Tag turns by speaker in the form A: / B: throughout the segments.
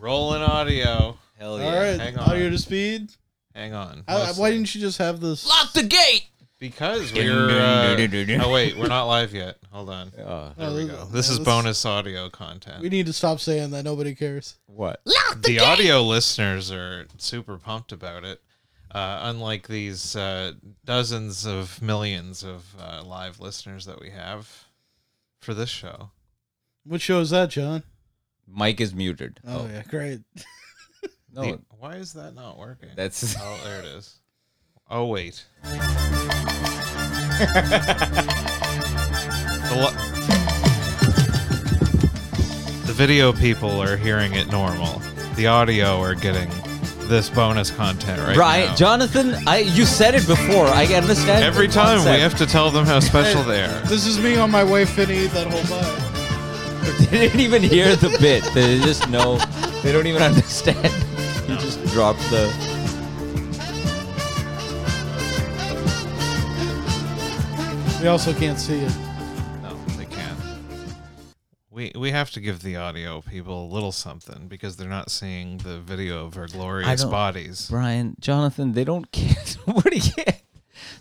A: Rolling audio.
B: Hell
C: All right,
A: hang on.
C: audio to speed.
A: Hang on.
C: I- I-
A: Let's-
C: why didn't you just have this?
B: Lock the gate.
A: because we're. Uh, oh wait, we're not live yet. Hold on.
B: Uh,
A: There
C: Oh,
A: we
C: this-
A: go. This
C: yeah,
A: is
C: this-
A: bonus audio content.
C: We need to stop saying that. Nobody cares.
B: what?
A: the audio listeners are super pumped about it. Uh, unlike these uh, dozens of millions of uh, live listeners that we have for this show.
C: What show is that, John?
B: Mic is muted.
C: Oh, yeah, great.
B: no,
A: The- why is that not working?
B: that's
A: oh, there it is. Oh wait. the, lo- the video people are hearing it normal. The audio are getting this bonus content right
B: right,
A: now.
B: Jonathan. I you said it before. I understand.
A: Every
B: the
A: time we
B: concept.
A: have to tell them how special they are.
C: This is me on my way finny that whole vibe.
B: they didn't even hear the bit. They just know. They don't even understand. You just dropped the.
C: We also can't see it.
A: No, they can't. We we have to give the audio people a little something because they're not seeing the video of our glorious
B: don't-
A: bodies.
B: Brian, Jonathan, they don't care. Nobody cares.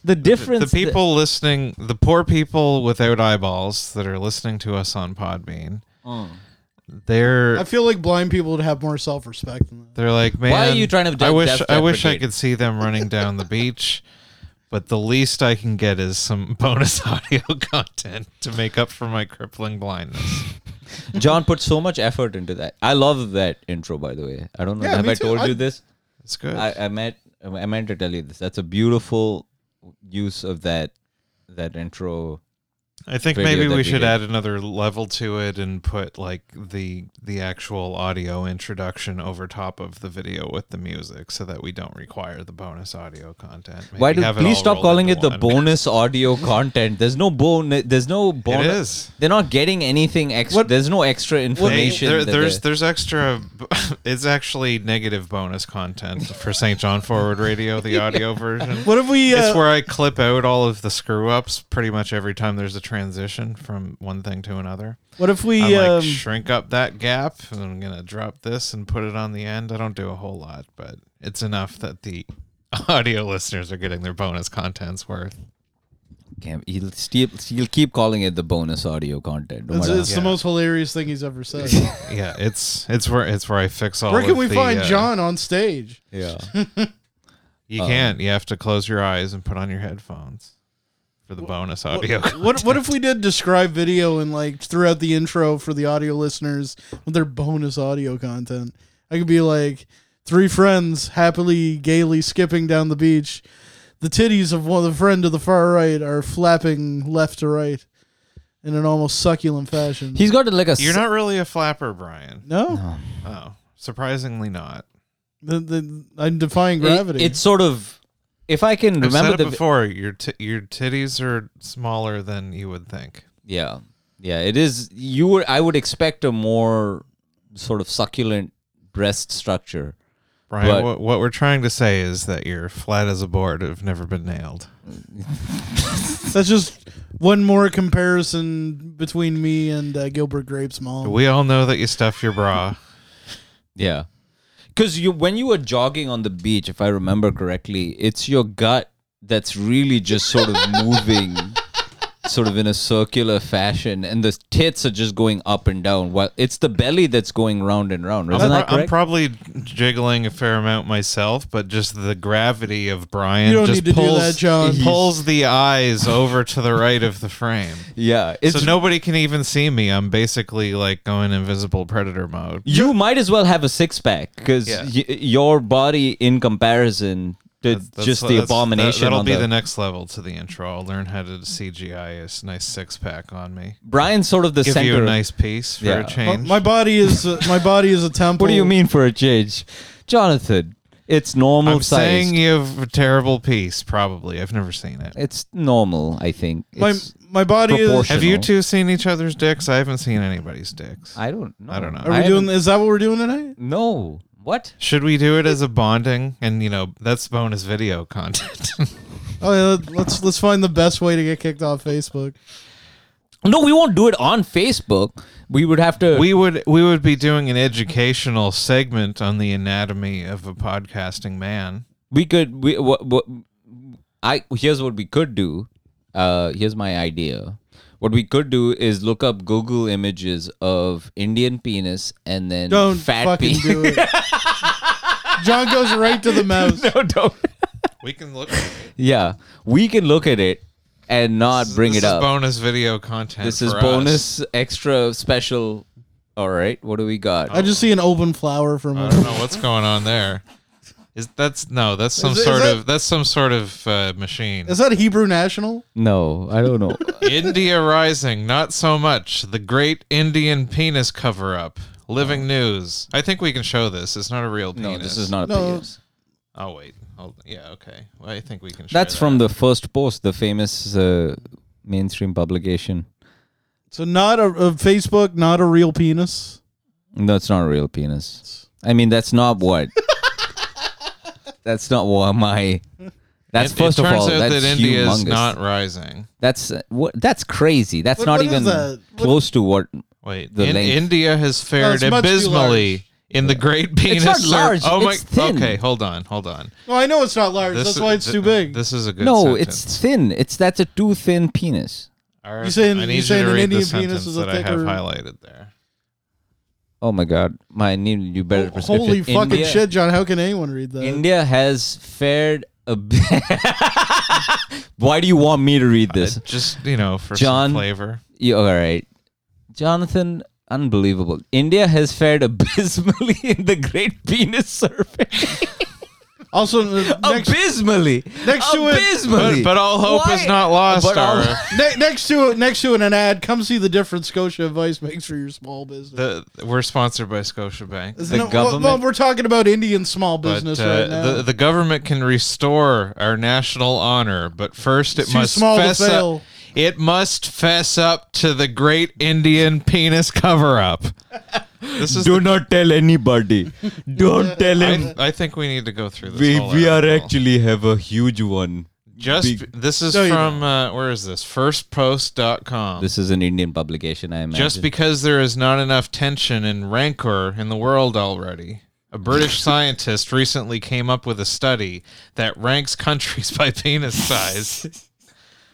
B: The difference.
A: the people listening, the poor people without eyeballs that are listening to us on Podbean,
B: Mm.
A: they're
C: I feel like blind people would have more self respect than that.
A: they're like, man,
B: are you trying to
A: I wish
B: death
A: I wish I
B: deprecate?"
A: could see them running down the beach, but the least I can get is some bonus audio content to make up for my crippling blindness.
B: John put so much effort into that. I love that intro, by the way. I don't know.
C: Yeah,
B: have
C: me
B: I
C: too.
B: told
C: I-
B: you this?
A: It's good.
B: I, I meant I meant to tell you this. That's a beautiful use of that that intro.
A: I think
B: video
A: maybe
B: that
A: we
B: we
A: should
B: did.
A: add another level to it and put like the the actual audio introduction over top of the video with the music, so that we don't require the bonus audio content.
B: Why
A: Maybe
B: do
A: have
B: please
A: all
B: stop
A: rolled
B: calling it
A: into
B: the
A: one.
B: bonus audio content? There's no bonus. There's no
A: It
B: bonus.
A: is.
B: They're not getting anything extra.
C: What-
B: There's no extra
A: They,
B: information.
A: there,
B: that
A: there's
B: they're-
A: there's extra. b- It's actually negative bonus content for St. John Forward Radio, the audio version.
C: What if we? Uh,
A: It's where I clip out all of the screw ups pretty much every time there's a transition from one thing to another.
C: what if
A: I
C: we?
A: like
C: Um,
A: shrink up that gap. And I'm gonna drop this and put it on the end. I don't do a whole lot, but it's enough that the audio listeners are getting their bonus content's worth.
B: Can't- he'll, steal, he'll keep calling it the bonus audio content. no
C: it's
B: matter-
C: it's
A: Yeah.
C: the most hilarious thing he's ever said.
A: Yeah, it's it's where it's where I fix all.
C: Where can
A: of
C: we
A: the,
C: find
A: uh,
C: John on stage?
B: yeah.
A: You can't. You have to close your eyes and put on your headphones for the bonus audio.
C: What, what what if we did describe video and like throughout the intro for the audio listeners with their bonus audio content? I could be like three friends happily gaily skipping down the beach. The titties of one of the friend to the far right are flapping left to right in an almost succulent fashion.
B: He's got like a.
A: You're
B: s-
A: not really a flapper, Brian.
C: no,
A: Oh, surprisingly not.
C: The- the- I'm defying
B: it-
C: gravity.
B: it's sort of. If I can
A: I've
B: remember
A: said it
B: the.
A: before. Your t- your titties are smaller than you would think.
B: Yeah, yeah. It is. You would. I would expect a more sort of succulent breast structure.
A: Brian,
B: But-
A: what, what we're trying to say is that you're flat as a board. Have never been nailed.
C: that's just one more comparison between me and uh, Gilbert Grape's mom.
A: We all know that you stuff your bra.
B: Yeah, because you when you were jogging on the beach, if I remember correctly, it's your gut that's really just sort of moving. Sort of in a circular fashion, and the tits are just going up and down. While it's the belly that's going round and round. Isn't
A: I'm,
B: that
A: pro- I'm
B: correct?
A: probably jiggling a fair amount myself, but just the gravity of Brian
C: You don't
A: just
C: need to do
A: pulls,
C: that, John.
A: pulls the eyes over to the right of the frame.
B: yeah, it's
A: so nobody can even see me. I'm basically like going invisible predator mode.
B: you might as well have a six pack because
A: Yeah.
B: y- your body, in comparison to
A: That's-
B: just the
A: that's- that-
B: abomination
A: that'll
B: on
A: be
B: the,
A: the next level to the intro. I'll learn how to CGI a nice six pack on me.
B: Brian's sort of the
A: Give
B: center.
A: you a
B: of-
A: nice piece for
B: Yeah.
A: a
B: Well,
C: My-
A: change.
C: my body is uh, my body is a temple.
B: what do you mean for a change, Jonathan? It's normal
A: I'm
B: size.
A: saying you have a terrible piece, probably. I've never seen it.
B: it's normal, I think.
C: My
B: It's,
C: my body is
B: proportion-
A: Have you
B: Optional.
A: two seen each other's dicks? I haven't seen anybody's dicks.
B: I don't know.
A: I don't know.
C: Are we doing?
B: haven't-
C: Is that what we're doing tonight?
B: No. What?
A: Should we do it as a bonding? And you know, that's bonus video content.
C: Oh yeah, let- let's let's find the best way to get kicked off Facebook.
B: No, we won't do it on Facebook. We would have to.
A: We would we would be doing an educational segment on the anatomy of a podcasting man.
B: we could we what, what i here's what we could do uh here's my idea what we could do is look up google images of indian penis and then
C: Don't
B: fat
C: fucking
B: penis
C: do it. John goes right to the mouse.
B: no don't
A: We can look. At
B: yeah we can look at it and not bring
A: this
B: it
A: is
B: up
A: Bonus video content.
B: this is
A: for us.
B: bonus extra special all right what do we got
C: I just see an open flower from
A: I
C: him.
A: don't know what's going on there. Is that's no? That's some
C: Is it- is
A: sort
C: that-
A: of that's some sort of uh, machine.
C: Is that Hebrew national?
B: no i don't know
A: India Rising, not so much. The Great Indian Penis Cover Up. Living News. I think we can show this. It's not a real
B: Oh. no
A: penis.
B: this is not a
C: No.
B: penis
A: Oh wait. Hold, yeah. Okay. Well, I think we can. Share
B: that's from the first post the famous uh, mainstream publication
C: So not a, a Facebook, not a real penis.
B: No, it's not a real penis. I mean, that's not what. that's not what my. That's
A: It-
B: first
A: it
B: of
A: turns
B: all.
A: out
B: that's
A: that India
B: humongous.
A: is not rising.
B: That's uh, what. That's crazy. That's
C: What-
B: not
C: what is
B: even
C: that? What-
B: close to what.
A: Wait,
B: The
A: in,
B: length.
A: India has fared
C: much too
A: abysmally in the Great Penis.
B: not
A: Sur-
B: large,
A: Oh
B: it's
A: my.
B: thin.
A: Okay, hold on, hold on.
C: Well, I know it's not large.
A: This
C: That's
A: is-
C: why it's
A: thi-
C: too big.
A: This is a good.
B: No,
A: sentence.
B: it's thin. It's that's a too thin penis.
A: All right,
C: You saying-
A: I
C: you
A: need you
C: saying
A: to
C: an
A: read
C: Indian
A: the
C: penis
A: sentence
C: is a
A: that I have
C: thicker-
A: highlighted there.
B: Oh my god, my need you better
C: Oh,
B: prescription.
C: Holy fucking
B: India-
C: shit, John! How can anyone read that?
B: Uh, India has fared a. Why do you want me to read this?
A: Uh, just you know, for
B: John-
A: some flavor.
B: Yeah, all right. Jonathan, unbelievable. India has fared abysmally in the Great Penis Survey.
C: also, uh, next
B: abysmally.
C: next to it-
B: abysmally.
A: But, but all hope
B: Why-
A: is not lost.
B: but all-
A: Ara.
C: ne- next to next to an ad, come see the difference Scotia Advice makes for your small business.
A: The, we're sponsored by Scotiabank.
C: Isn't
B: the
C: it- well-
B: government-
C: Well, we're talking about Indian small
A: But
C: business
A: uh,
C: right now.
A: the, the government can restore our national honor, but first it
C: It's too
A: must
C: small to
A: fess up.
C: fail.
A: It must fess up to the great Indian penis cover up. This is.
B: Do not tell anybody. Don't tell
A: I,
B: him.
A: I think we need to go through this.
B: We,
A: whole
B: we are
A: article.
B: actually have a huge one.
A: just.
B: big-
A: this is
C: No, you
A: from uh, where is this? Firstpost.com.
B: This is an Indian publication, I imagine.
A: Just because there is not enough tension and rancor in the world already, a British scientist recently came up with a study that ranks countries by penis size.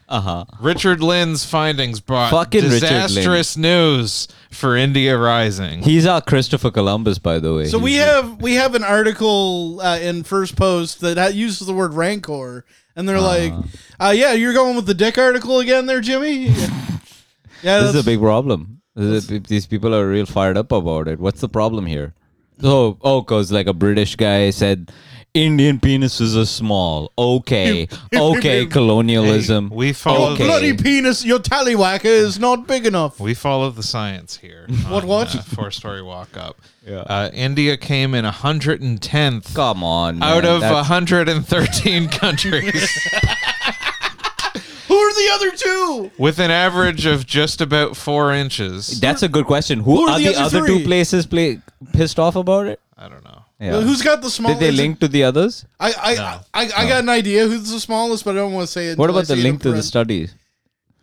B: uh huh.
A: Richard Lynn's findings brought
B: Fucking Richard Lynn.
A: disastrous news for India Rising.
B: He's our Christopher Columbus, by the way.
C: so we
B: He's-
C: have we have an article uh, in First Post that ha- uses the word rancor, and they're
B: Ah.
C: like, uh, "Yeah, you're going with the dick article again, there, Jimmy."
B: This is a
C: yeah, that's-
B: big problem. This is- These people are real fired up about it. What's the problem here? So, oh, because like a British guy said, Indian penises are small. Okay. Okay, colonialism.
A: Hey, we follow
C: Your bloody
B: Okay.
C: penis, your tallywhacker is not big enough.
A: We follow the science here.
C: What,
A: on,
C: what?
A: Uh, Four story walk up.
B: Yeah.
A: Uh, India came in 110th
B: Come on.
A: out
B: man.
A: of
B: That's-
A: 113 countries.
C: Who are the other two?
A: with an average of just about four inches.
B: That's a good question. Who,
C: Who
B: are, the, other, two
C: three?
B: places play, pissed off about it?
A: I don't know.
B: Yeah.
C: Who's got the smallest?
B: Did they link to the others?
C: I I,
A: No.
C: I, I got an idea who's the smallest, but I don't want to say it.
B: What
C: until I
B: about the
C: see it
B: link
C: in
B: to the
C: print.
B: studies?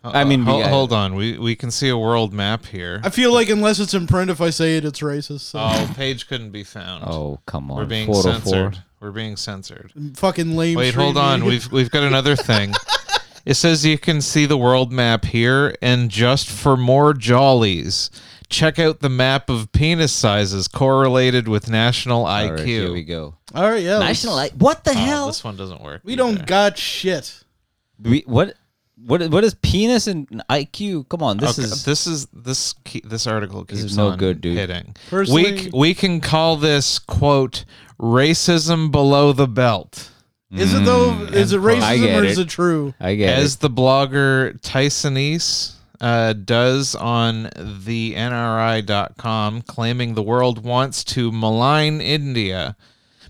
B: I mean,
A: Hol-
B: we-
A: Uh, hold on. We we can see a world map here.
C: I feel like unless it's in print, if I say it, it's racist. So.
A: Oh, page couldn't be found.
B: Oh, come on.
A: we're being
B: 404.
A: censored. We're being censored.
C: Fucking lame.
A: Wait,
C: street
A: hold on.
C: media.
A: We've we've got another thing. It says you can see the world map here, and just for more jollies, check out the map of penis sizes correlated with national
B: All
A: IQ.
B: right, here we go.
C: All right, yeah. let's-
B: National, like, what the
A: Oh,
B: hell?
A: this one doesn't work.
C: We
A: either.
C: don't got shit.
B: We what what what is penis and IQ? Come on, this
A: Okay,
B: is
A: this is this ke- this article keeps
B: is no
A: on
B: good, dude.
A: hitting. we
C: Personally-
A: c- we can call this quote racism below the belt.
C: Is it though? Is it
B: Mm, I
C: racism
B: get
C: or is
B: it.
C: it true?
B: I guess
A: As the blogger Tyson East uh, does on the NRI.com, claiming the world wants to malign India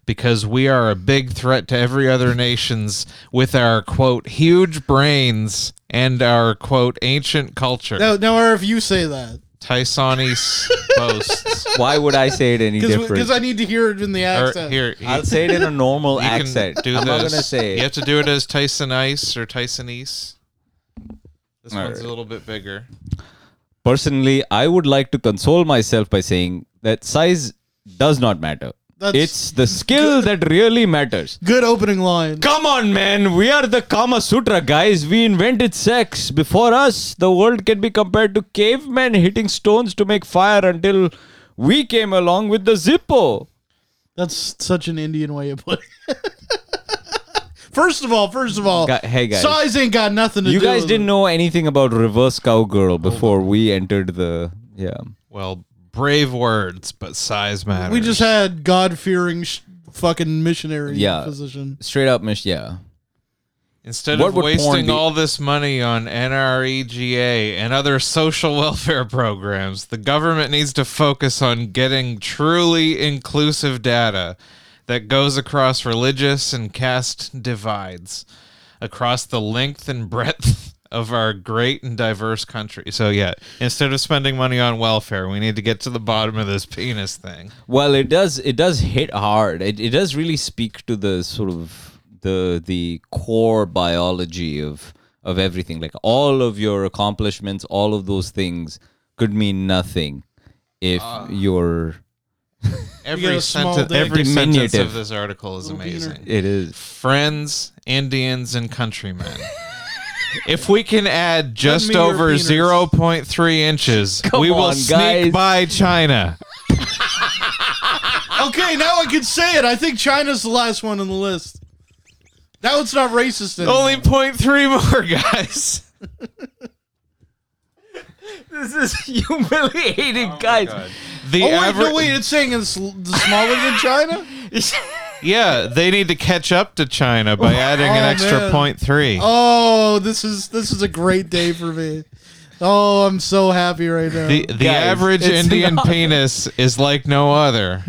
A: because we are a big threat to every other nation's with our quote huge brains and our quote ancient culture.
C: Now, now, or if you say that,
A: Tyson East boasts.
B: why would I say it any different?
C: because I need to hear it in the
A: Or
C: accent.
A: here, he-
B: I'll say it in a normal
A: you can
B: accent.
A: do
B: I'm
A: this.
B: not gonna say
A: You
B: it.
A: have to do it as Tyson Ice or Tyson East. This
B: All
A: one's
B: right.
A: a little bit bigger.
B: Personally, I would like to console myself by saying that size does not matter.
C: That's-
B: it's the skill that really matters.
C: Good opening line.
B: Come on, man. We are the Kama Sutra guys. We invented sex. Before us, the world can be compared to cavemen hitting stones to make fire until we came along with the Zippo.
C: That's such an Indian way of putting it. first of all, first of all,
B: Gu- hey, guys.
C: size ain't got nothing to
B: You
C: do Oh,
B: guys
C: with
B: didn't know anything about reverse cowgirl before we entered the. Yeah.
A: Well, brave words, but size
C: it.
A: matters.
C: We just had God fearing sh- fucking missionary
B: Yeah.
C: position.
B: Straight up, Mish. Yeah.
A: Instead
B: What
A: of
B: would porn
A: wasting
B: be?
A: all this money on NREGA and other social welfare programs, the government needs to focus on getting truly inclusive data that goes across religious and caste divides, across the length and breadth of our great and diverse country. So, yeah, instead of spending money on welfare, we need to get to the bottom of this penis thing.
B: Well, it does. It does hit hard. It, it does really speak to the sort of the the core biology of of everything. Like all of your accomplishments, all of those things could mean nothing if
C: Ah.
B: you're.
A: Every,
C: a small
A: sentence,
C: dick.
A: every sentence
B: Diminutive.
A: of this article is
C: Little wiener.
A: amazing.
B: It is.
A: friends, Indians, and countrymen. if we can add just
C: me your
A: over
C: penis.
A: 0.3 inches, we will
B: on,
A: sneak
B: guys.
A: by China.
C: Okay, now I can say it. I think China's the last one on the list. Now it's not racist anymore.
A: Only 0.3 more, guys.
B: This is humiliating, guys.
A: The
C: oh, wait,
A: average,
C: no, wait, it's saying it's l- smaller than China?
A: yeah, they need to catch up to China by adding an
C: Oh,
A: extra
C: man.
A: 0.3.
C: Oh, this is this is a great day for me. Oh, I'm so happy right now.
A: The, the
B: Uh, Guys,
A: average
B: it's
A: Indian
B: not-
A: penis is like no other.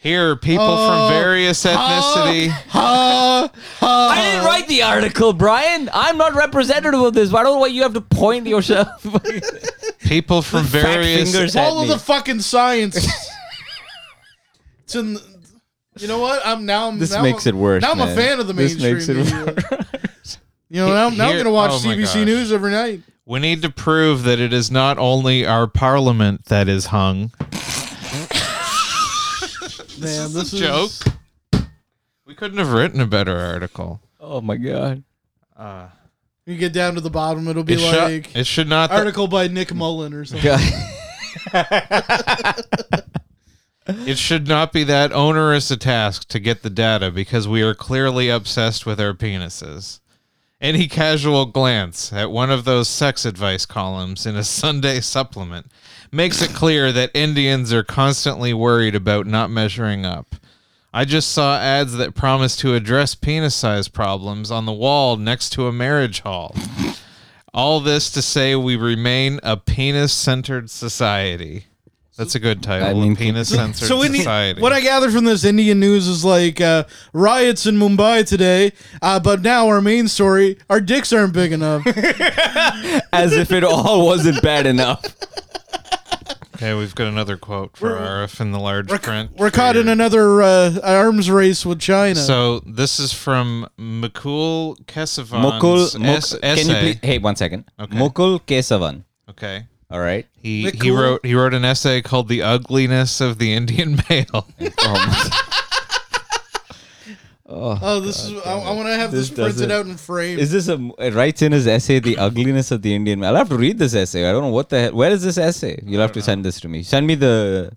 A: Here, people
C: Oh.
A: from various ethnicity.
C: ha, ha.
B: I didn't write the article, Brian. I'm not representative of this. I don't know why you have to point yourself.
A: People from various
B: fingers at
C: all of
B: me.
C: the fucking science. it's in. The, you know what? I'm now. I'm,
B: This
C: now
B: makes
C: I'm-
B: it worse,
C: Now I'm
B: man.
C: a fan of the
B: This
C: mainstream.
B: makes it
C: media. You know, now, now I'm
A: Here-
C: gonna watch
A: oh my
C: CBC
A: gosh.
C: News every night.
A: We need to prove that it is not only our parliament that is hung.
C: Man, this is
A: a joke. We couldn't have written a better article.
B: oh my god.
C: You get down to the bottom, it'll be
A: It, sho-
C: like
A: it should not.
C: article by Nick Mullen or something.
A: it should not be that onerous a task to get the data because we are clearly obsessed with our penises. Any casual glance at one of those sex advice columns in a Sunday supplement makes it clear that Indians are constantly worried about not measuring up. I just saw ads that promise to address penis size problems on the wall next to a marriage hall. All this to say we remain a penis centered society. That's a good title.
B: I mean-
A: a penis centered
C: So in
A: society.
C: what I gather from this Indian news is like uh, riots in Mumbai today, uh, but now our main story: our dicks aren't big enough.
B: As if it all wasn't bad enough.
A: okay, we've got another quote for RF in the large print.
C: We're caught in
A: here.
C: another uh, arms race with China.
A: So this is from Mukul Kesavan.
B: Mukul, Muk- can you
A: essay.
B: please? Hey, one second.
A: Okay.
B: Mukul Kesavan.
A: okay.
B: All right.
A: He, he
C: Mukul-
A: wrote he wrote an essay called "The Ugliness of the Indian Male."
C: oh, this is. I, I want to have
B: This
C: this,
B: doesn't-
C: printed out in frame.
B: Is this a it writes in his essay the ugliness of the Indian? I'll have to read this essay. I don't know what the hell. Where is this essay? You'll have to send this to me. Send me the.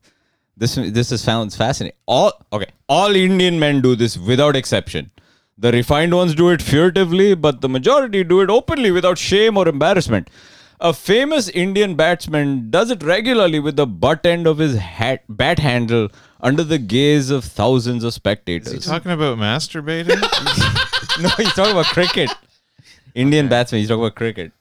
B: This this is sounds fascinating. All okay. All Indian men do this without exception. The refined ones do it furtively, but the majority do it openly without shame or embarrassment. A famous Indian batsman does it regularly with the butt end of his hat, bat handle under the gaze of thousands of spectators.
A: Is he talking about masturbating?
B: No, he's talking about cricket. Indian batsman. He's talking about cricket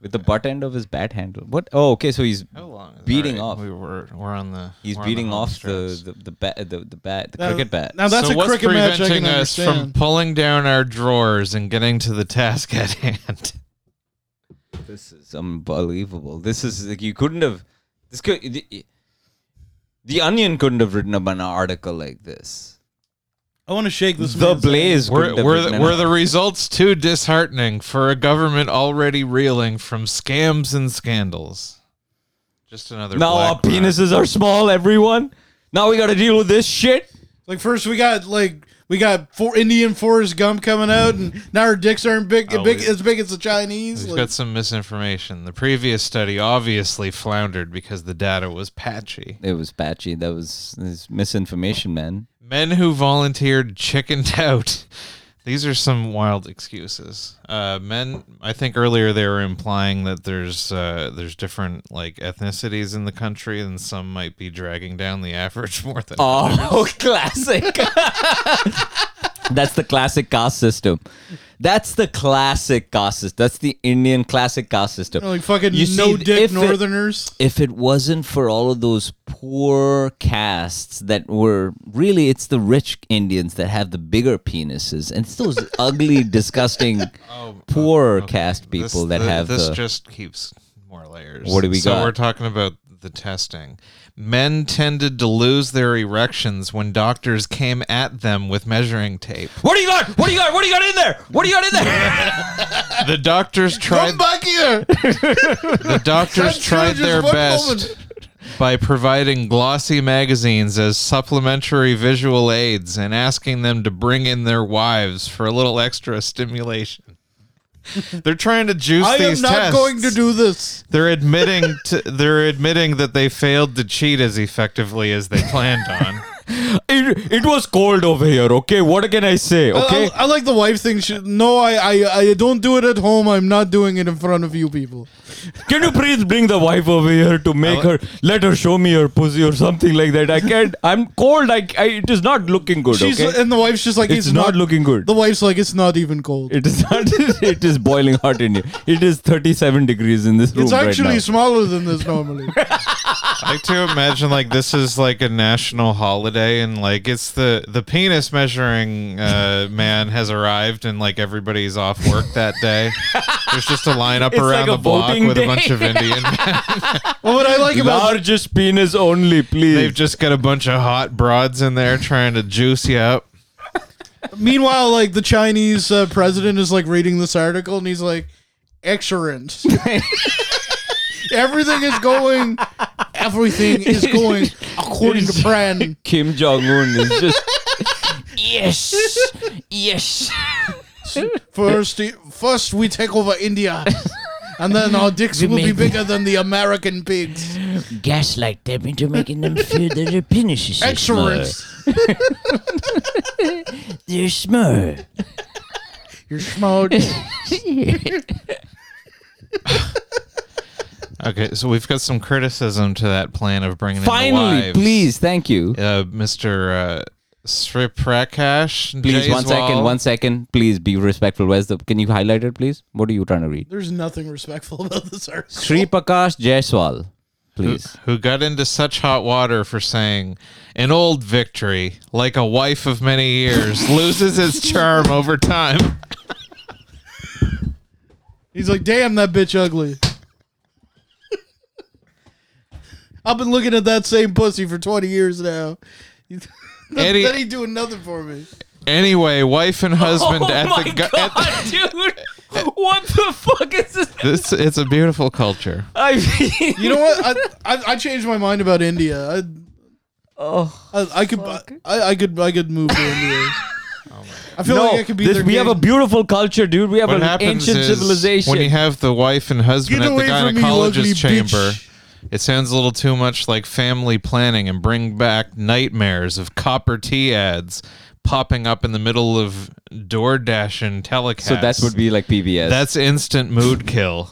B: with the butt end of his bat handle. What? Oh, okay. So he's
A: How long is-
B: beating
A: all
B: off.
A: We were we're on the
B: he's
A: we're on
B: beating
A: home
B: off the
A: stretch.
B: the the bat the, the bat the
C: Now-
B: cricket bat.
C: Now that's
A: so
C: a
A: what's
C: cricket match I
A: preventing
C: can
A: us from
C: understand.
A: pulling down our drawers and getting to the task at hand?
B: This is unbelievable. This is like you couldn't have. This could the, the Onion couldn't have written up an article like this.
C: I want to shake this.
B: The
C: man's-
B: Blaze.
A: Were,
B: couldn't
A: were,
B: have
A: the,
B: written
A: were
B: it.
A: the results too disheartening for a government already reeling from scams and scandals? Just another.
B: Now our
A: black mark.
B: penises are small, everyone. Now we got to deal with Oh, this shit.
C: Like first we got like we got for Indian Forrest Gump coming out, and now our dicks aren't big,
A: Oh,
C: big
A: we-
C: as big as the Chinese.
A: We've
C: Like,
A: got some misinformation. The previous study obviously floundered because the data was patchy.
B: It was patchy. That was this misinformation, man.
A: Men who volunteered chickened out. These are some wild excuses. Uh, men, I think earlier they were implying that there's uh, there's different like ethnicities in the country, and some might be dragging down the average more than.
B: Oh, classic. That's the classic caste system. That's the classic caste system. That's the Indian classic caste system.
C: you know, like fucking
B: You see,
C: no dick
B: if it-
C: Northerners.
B: if it wasn't for all of those poor castes that were really it's the rich indians that have the bigger penises and it's those ugly disgusting
A: Oh,
B: poor
A: okay.
B: caste people
A: This-
B: that
A: th-
B: have
A: this
B: the
A: just keeps more layers.
B: What do we
A: so
B: got?
A: we're talking about the testing. Men tended to lose their erections when doctors came at them with measuring tape.
B: what do you got what do you got what do you got in there what do you got in there
A: The doctors tried.
C: Come back here.
A: The doctors
C: That's
A: tried
C: good,
A: their
C: just one
A: best
C: moment.
A: by providing glossy magazines as supplementary visual aids and asking them to bring in their wives for a little extra stimulation. They're trying to juice
C: I am
A: these
C: not
A: tests.
C: going to do this.
A: They're admitting to, they're admitting that they failed to cheat as effectively as they planned on.
B: it, it was cold over here okay what can i say
C: I- I, I like the wife thing. She, no, I, I, I don't do it at home. I'm not doing it in front of you people.
B: can you please bring the wife over here to make her let her show me her pussy or something like that i can't i'm cold i, I it is not looking good
C: She's
B: okay
C: and the wife's just like
B: it's, not, looking good
C: The wife's like it's not even cold.
B: It is not. it is boiling hot in here. It is 37 degrees in this room
C: it's actually
B: right now.
C: smaller than this normally.
A: I like to imagine like this is like a national holiday and like it's the the penis measuring uh, man has arrived and like everybody's off work that day. There's just a lineup
B: It's
A: around
B: like a
A: the block
B: voting
A: with
B: day.
A: a bunch of Indian men.
C: well, what I like about
B: Largest penis only,
A: They've
B: please.
A: just got a bunch of hot broads in there trying to juice you up.
C: meanwhile, like the Chinese uh, president is like reading this article and he's like, excellent. everything is going. Everything is going according to plan.
B: Kim Jong Un is just. yes, yes.
C: First, first we take over India, and then our dicks will be bigger than the American pigs.
D: gaslight them into making them feel that their penises are small.
C: Excellent.
D: They're small.
C: You're smart.
A: Okay, so we've got some criticism to that plan of bringing in the
B: Finally,
A: wives.
B: please, thank you.
A: uh, Mr. Uh, Sri Prakash.
B: Please, one
A: Jaiswal.
B: second, one second. Please be respectful. Where's the? Can you highlight it, please? What are you trying to read?
C: There's nothing respectful about this article.
B: Sri Prakash Jaiswal,
A: Who,
B: please.
A: who got into such hot water for saying an old victory, like a wife of many years, loses its charm over time.
C: He's like, damn, that bitch ugly. I've been looking at that same pussy for 20 years now.
A: Eddie-
C: then he doing nothing for me.
A: Anyway, wife and husband
B: oh
A: at
B: my
A: the, go-
B: god,
A: at the
B: dude! What the fuck is this?
A: this, it's a beautiful culture.
B: I mean,
C: You know what? I, I I changed my mind about India. I
B: oh.
C: I, I could I, I could I could move to India. I feel like I could be
B: this-
C: there.
B: we have a beautiful culture, dude. We have
A: What
B: an
A: happens
B: ancient
A: is
B: civilization.
A: when you have the wife and husband
C: Get
A: at the
C: away from me, you ugly
A: gynecologist chamber.
C: bitch.
A: It sounds a little too much like family planning and bring back nightmares of copper tea ads popping up in the middle of DoorDash and telecasts.
B: so that would be like PBS.
A: That's instant mood kill.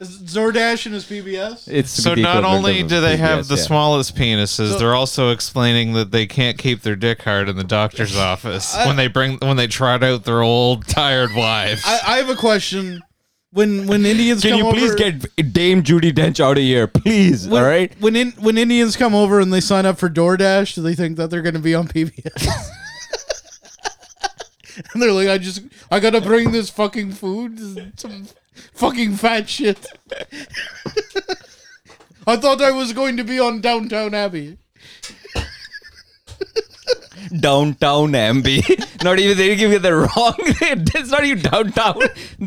C: Zordash and his PBS.
B: it's
A: so
B: the
A: not
B: equivalent
A: only
B: of
A: do they have
B: PBS,
A: the
B: yeah.
A: smallest penises,
C: So-
A: they're also explaining that they can't keep their dick hard in the doctor's office when they bring when they trot out their old tired wives.
C: I, I have a question. When when Indians
B: Can
C: come
B: you please
C: over,
B: get Dame Judy Dench out of here, please?
C: when,
B: all right.
C: When in, when Indians come over and they sign up for DoorDash, do they think that they're going to be on PBS? and they're like, I just I gotta bring this fucking food, some fucking fat shit. I thought I was going to be on Downtown Abbey.
B: downtown ambi. not even they give you the wrong. It's not even downtown.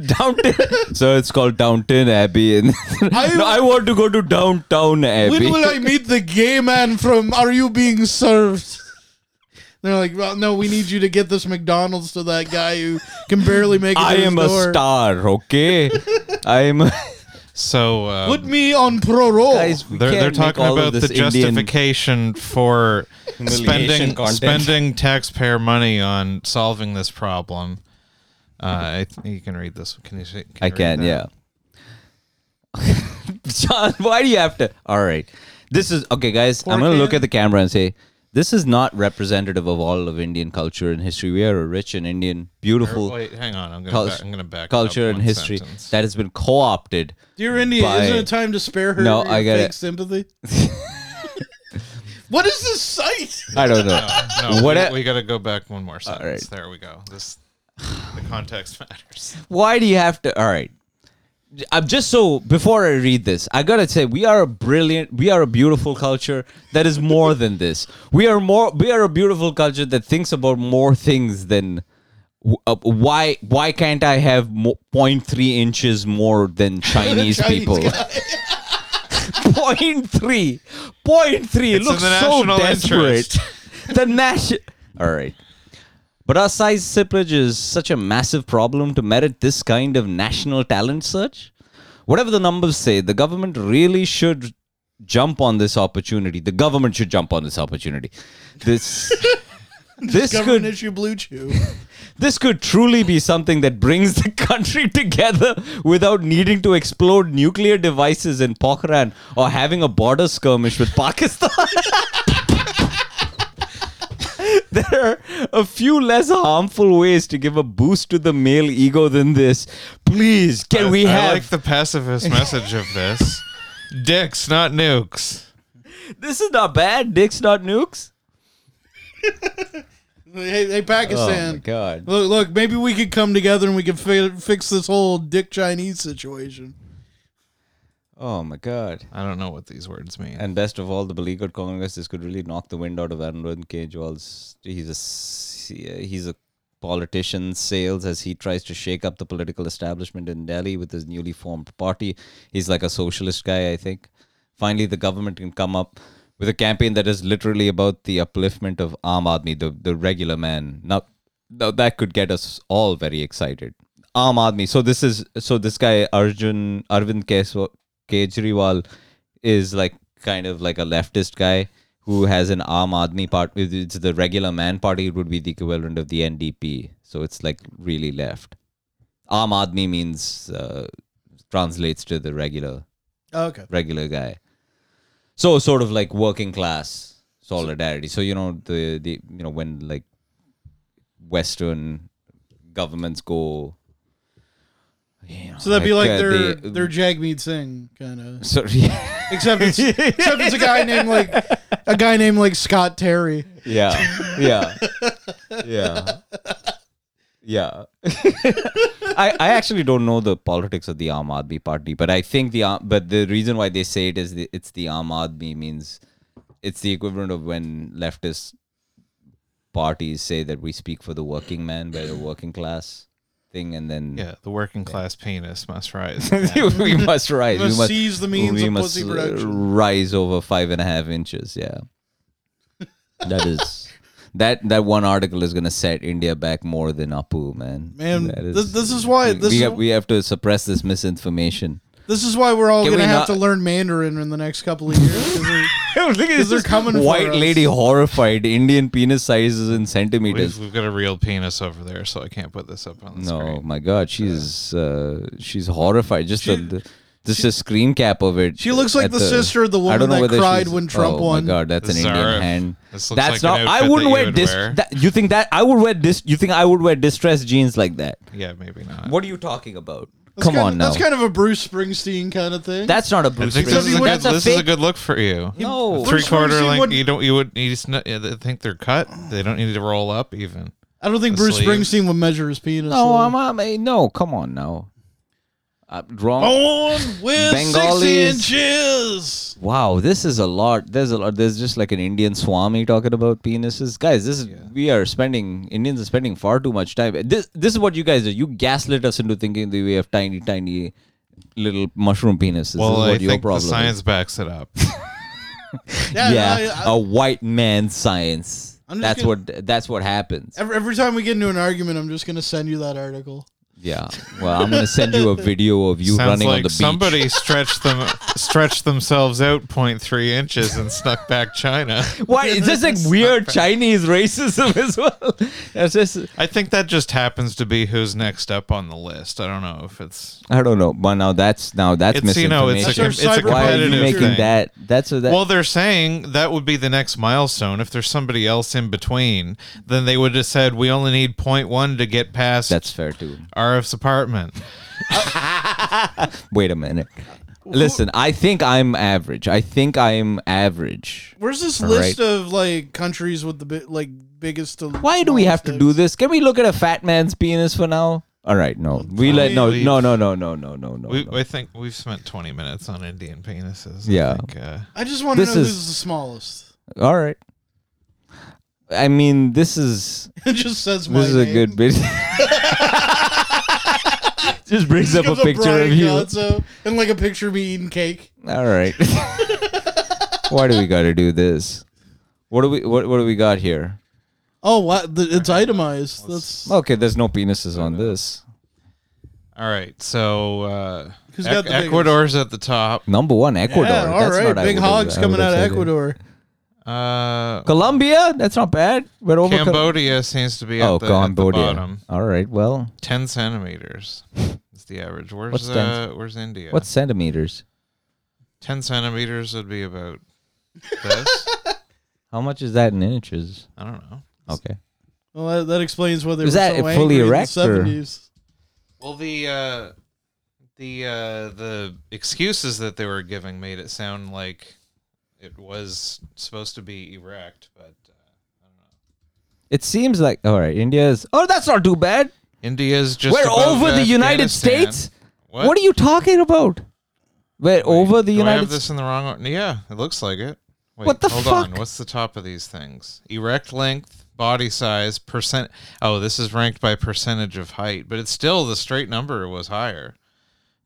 B: Downtown. so it's called downtown abbey. And I, no, I want to go to downtown abbey.
C: When will I meet the gay man from Are You Being Served? They're like, well, no, we need you to get this McDonald's to that guy who can barely make it. to
B: I
C: his
B: am a
C: door.
B: star. Okay, I am. a-
A: So um,
C: Put me on pro roll.
B: Guys, we
A: they're,
B: can't
A: they're
B: make
A: talking
B: all of
A: about the
B: this Indian-
A: justification for
B: Humiliation
A: spending
B: content.
A: spending taxpayer money on solving this problem. Uh, I th- you can read this. Can you? see- Can
B: I
A: you read
B: can,
A: that?
B: yeah. John, why do you have to? All right. This is okay, guys. I'm going to look at the camera and say, this is not representative of all of Indian culture and history. We are a rich and Indian, beautiful
A: Wait, hang on. I'm gonna
B: cul-
A: back, I'm gonna back it
B: culture
A: up
B: and
A: one
B: history
A: sentence.
B: that has been co opted.
C: Dear India,
B: Bye.
C: isn't it time to spare her
B: No,
C: your
B: I get
C: fake
B: it.
C: sympathy? what is this site?
B: I don't know.
A: no,
B: What
A: we,
B: a-
A: we gotta go back one more sentence.
B: right.
A: There we go. This the context matters.
B: why do you have to all right i'm just so before i read this i gotta say we are a brilliant we are a beautiful culture that is more than this we are more we are a beautiful culture that thinks about more things than w- uh, why why can't i have mo- 0.3 inches more than chinese,
C: Chinese
B: people
C: guy.
B: 0.3 0.3 it
A: It's in
B: looks
A: the
B: so
A: national
B: desperate
A: interest.
B: the national all right but our size slippage is such a massive problem to merit this kind of national talent search? Whatever the numbers say, the government really should jump on this opportunity. The government should jump on this opportunity. This this
C: Government
B: could
C: issue blue chew.
B: this could truly be something that brings the country together without needing to explode nuclear devices in Pokhran or having a border skirmish with Pakistan. there are a few less harmful ways to give a boost to the male ego than this. Please, can we
A: I
B: have
A: like the pacifist message of this. Dicks, not nukes.
B: this? Is not bad. Dicks, not nukes.
C: Hey, hey
B: Oh
C: Pakistan.
B: my god.
C: Look, look, maybe we could come together and we could fi- fix this whole dick Chinese situation.
B: Oh my god.
A: I don't know what these words mean.
B: And best of all, the beleaguered Congress, this could really knock the wind out of Arvind Kejriwal's. He's a s- he's a politician sales as he tries to shake up the political establishment in Delhi with his newly formed party. He's like a socialist guy, I think. Finally, the government can come up with a campaign that is literally about the upliftment of Aam Aadmi, the, the regular man. Now, now that could get us all very excited. Aam Aadmi. So this is so this guy Arjun Arvind Keswa- Kejriwal is like kind of like a leftist guy who has an Aam Aadmi party. It's the regular man party. It would be the equivalent of the NDP. So it's like really left. Aam Aadmi means uh, translates to the regular
C: Oh, Okay.
B: regular guy. So sort of like working class solidarity. So you know the the you know when like Western governments go. you know,
C: So that'd be like
B: uh,
C: their
B: they-
C: their Jagmeet Singh kind of.
B: So,
C: Except it's except it's a guy named like a guy named like Scott Terry.
B: yeah, yeah, yeah, yeah. I, I actually don't know the politics of the Aam Aadmi Party, but I think the Aam- but the reason why they say it is the, it's the Aam Aadmi means it's the equivalent of when leftist parties say that we speak for the working man, by the working class thing, and then
A: yeah, the working class penis must rise.
B: we must rise.
C: Must seize the means
B: we
C: of
B: must
C: pussy
B: uh,
C: production.
B: rise over five and a half inches. Yeah, that is that that one article is gonna set India back more than Apu, man.
C: Man,
B: That
C: this- this is why-
B: we,
C: this
B: we,
C: is-
B: have, we have to suppress this misinformation.
C: This is why we're all
B: Can
C: gonna
B: we
C: have
B: not-
C: to learn Mandarin in the next couple of years. 'cause we-
B: Because
C: they're coming for
B: White
C: us.
B: lady horrified. Indian penis sizes in centimeters.
A: We've, we've got a real penis over there, so I can't put this up on the
B: no,
A: screen.
B: my God, she's uh, she's horrified. Just
C: She-
B: the, the just a screen cap of it.
C: She looks like
B: at
C: the sister of the woman
B: I don't know
C: that
B: whether
C: cried
B: she's-
C: when Trump
B: oh
C: won.
B: my God, that's an
A: This is
B: Indian
A: our-
B: hand.
A: this looks
B: that's
A: like an
B: not. I
A: outfit
B: wouldn't
A: that you
B: wear
A: would
B: this.
A: wear.
B: That, you think that I would wear this? You think I would wear distressed jeans like that?
A: Yeah, maybe not.
B: What are you talking about?
C: that's
B: Come
C: kind
B: on
C: of,
B: now.
C: That's kind of a Bruce Springsteen kind of thing.
B: That's not a
A: I
B: Bruce.
A: think this,
C: Because
A: is
C: he
A: a,
B: Springsteen.
C: would-
A: good,
B: That's a
A: this is a
B: fake.
A: good look for you.
B: No.
A: Three quarter
C: Springsteen
A: length.
C: would-
A: you don't. You would. You just not, I think they're cut. They don't need to roll up even.
C: I don't think
A: the
C: Bruce
A: sleeves.
C: Springsteen would measure his penis.
B: eh, No,
C: though.
B: I'm, I'm no. Come on now. Uh, wrong.
C: Oh.
A: Born with
B: Bengalis.
A: 60 inches.
B: Wow, this is a lot. There's a lot. There's just like an Indian Swami talking about penises, guys. This is we are spending Indians are spending far too much time. This this is what you guys do. You gaslit us into thinking that we have tiny, tiny little mushroom penises.
A: Well,
B: this is
A: I
B: what your
A: think the
B: problem is.
A: science backs it up.
C: Yeah,
B: yeah, Oh.
C: I- I-
B: a white man's science.
C: I'm just
B: That's
C: gonna-
B: what that's what happens.
C: every, every time we get into an argument, I'm just gonna send you that article.
B: yeah. Well, I'm gonna send you a video of you
A: Sounds
B: running
A: like
B: on the beach.
A: somebody stretched them stretched themselves out 0.3 inches and snuck back China.
B: Why? It's just like weird Chinese racism as well. That's just
A: I think that just happens to be who's next up on the list. I don't know if it's
B: I don't know. But now that's now that's
A: it's you know it's
B: misinformation.
A: a,
C: That's
A: com-
C: our
A: it's a
B: Why are
C: cyber
B: you
A: competitive
B: making
A: thing.
B: that? That's what that.
A: Well, they're saying that would be the next milestone. If there's somebody else in between, then they would have said we only need 0.1 to get past
B: that's fair too.
A: RF's apartment.
B: Wait a minute. Listen, I think I'm average. I think I'm average.
C: Where's this
B: All
C: list
B: right.
C: of like countries with the bi- like biggest? To
B: Why do we have to
C: smallest
B: do
C: dicks?
B: this? Can we look at a fat man's penis for now? All right, no. We let no,
A: We've-
B: no, no, no, no, no, no, no.
A: We,
B: no.
A: I think we've spent 20 minutes on Indian penises. I
B: Yeah.
A: think, uh,
C: I just want to
B: This
C: know
B: is-
C: who's the smallest.
B: All right. I mean, this is
C: it just says my
B: This is a good
C: name.
B: bit. Just brings up a
C: Comes up
B: picture
C: Brian
B: of you.
C: Gonzo and like a picture of me eating cake.
B: All right. Why do we got to do this? What do we what what do we got here?
C: Oh, what? The, it's itemized. That's
B: Okay, there's no penises on this.
A: all right, so uh,
C: Who's
A: Ec-
C: got the biggest?
A: Ecuador's at the top.
B: Number one, Ecuador.
C: yeah. All
B: That's
C: right,
B: not- I
C: big
B: would've-
C: hogs
B: I
C: coming
B: would've
C: out of
B: said it.
C: Ecuador.
A: Uh,
B: Colombia. That's not bad. We're over. Col-
A: Cambodia seems to be at,
B: oh,
A: the, at the
B: Cambodia.
A: bottom.
B: All right. Well,
A: 10 centimeters is the average. Where's
B: What's
A: uh, where's India?
B: what's centimeters?
A: 10 centimeters would be about this.
B: How much is that in inches?
A: I don't know.
B: Okay.
C: Well, that, that explains why they
B: Is
C: were
B: that
C: so
B: fully
C: angry in the
B: erect, or-
C: seventies.
A: Well, the uh, the uh, the excuses that they were giving made it sound like it was supposed to be erect, but uh, I don't know.
B: It seems like all right. India's. Oh, that's not too bad.
A: India's just
B: We're
A: above
B: over the United
A: Afghanistan.
B: States.
A: What?
B: What are you talking about? Wait, over
A: Do
B: the
A: I have
B: United States.
A: this in the wrong order? Yeah, it looks like it. Wait,
B: What the
A: hold on.
B: fuck?
A: What's the top of these things? Erect length, body size, percent. Oh, this is ranked by percentage of height, but it's still the straight number was higher.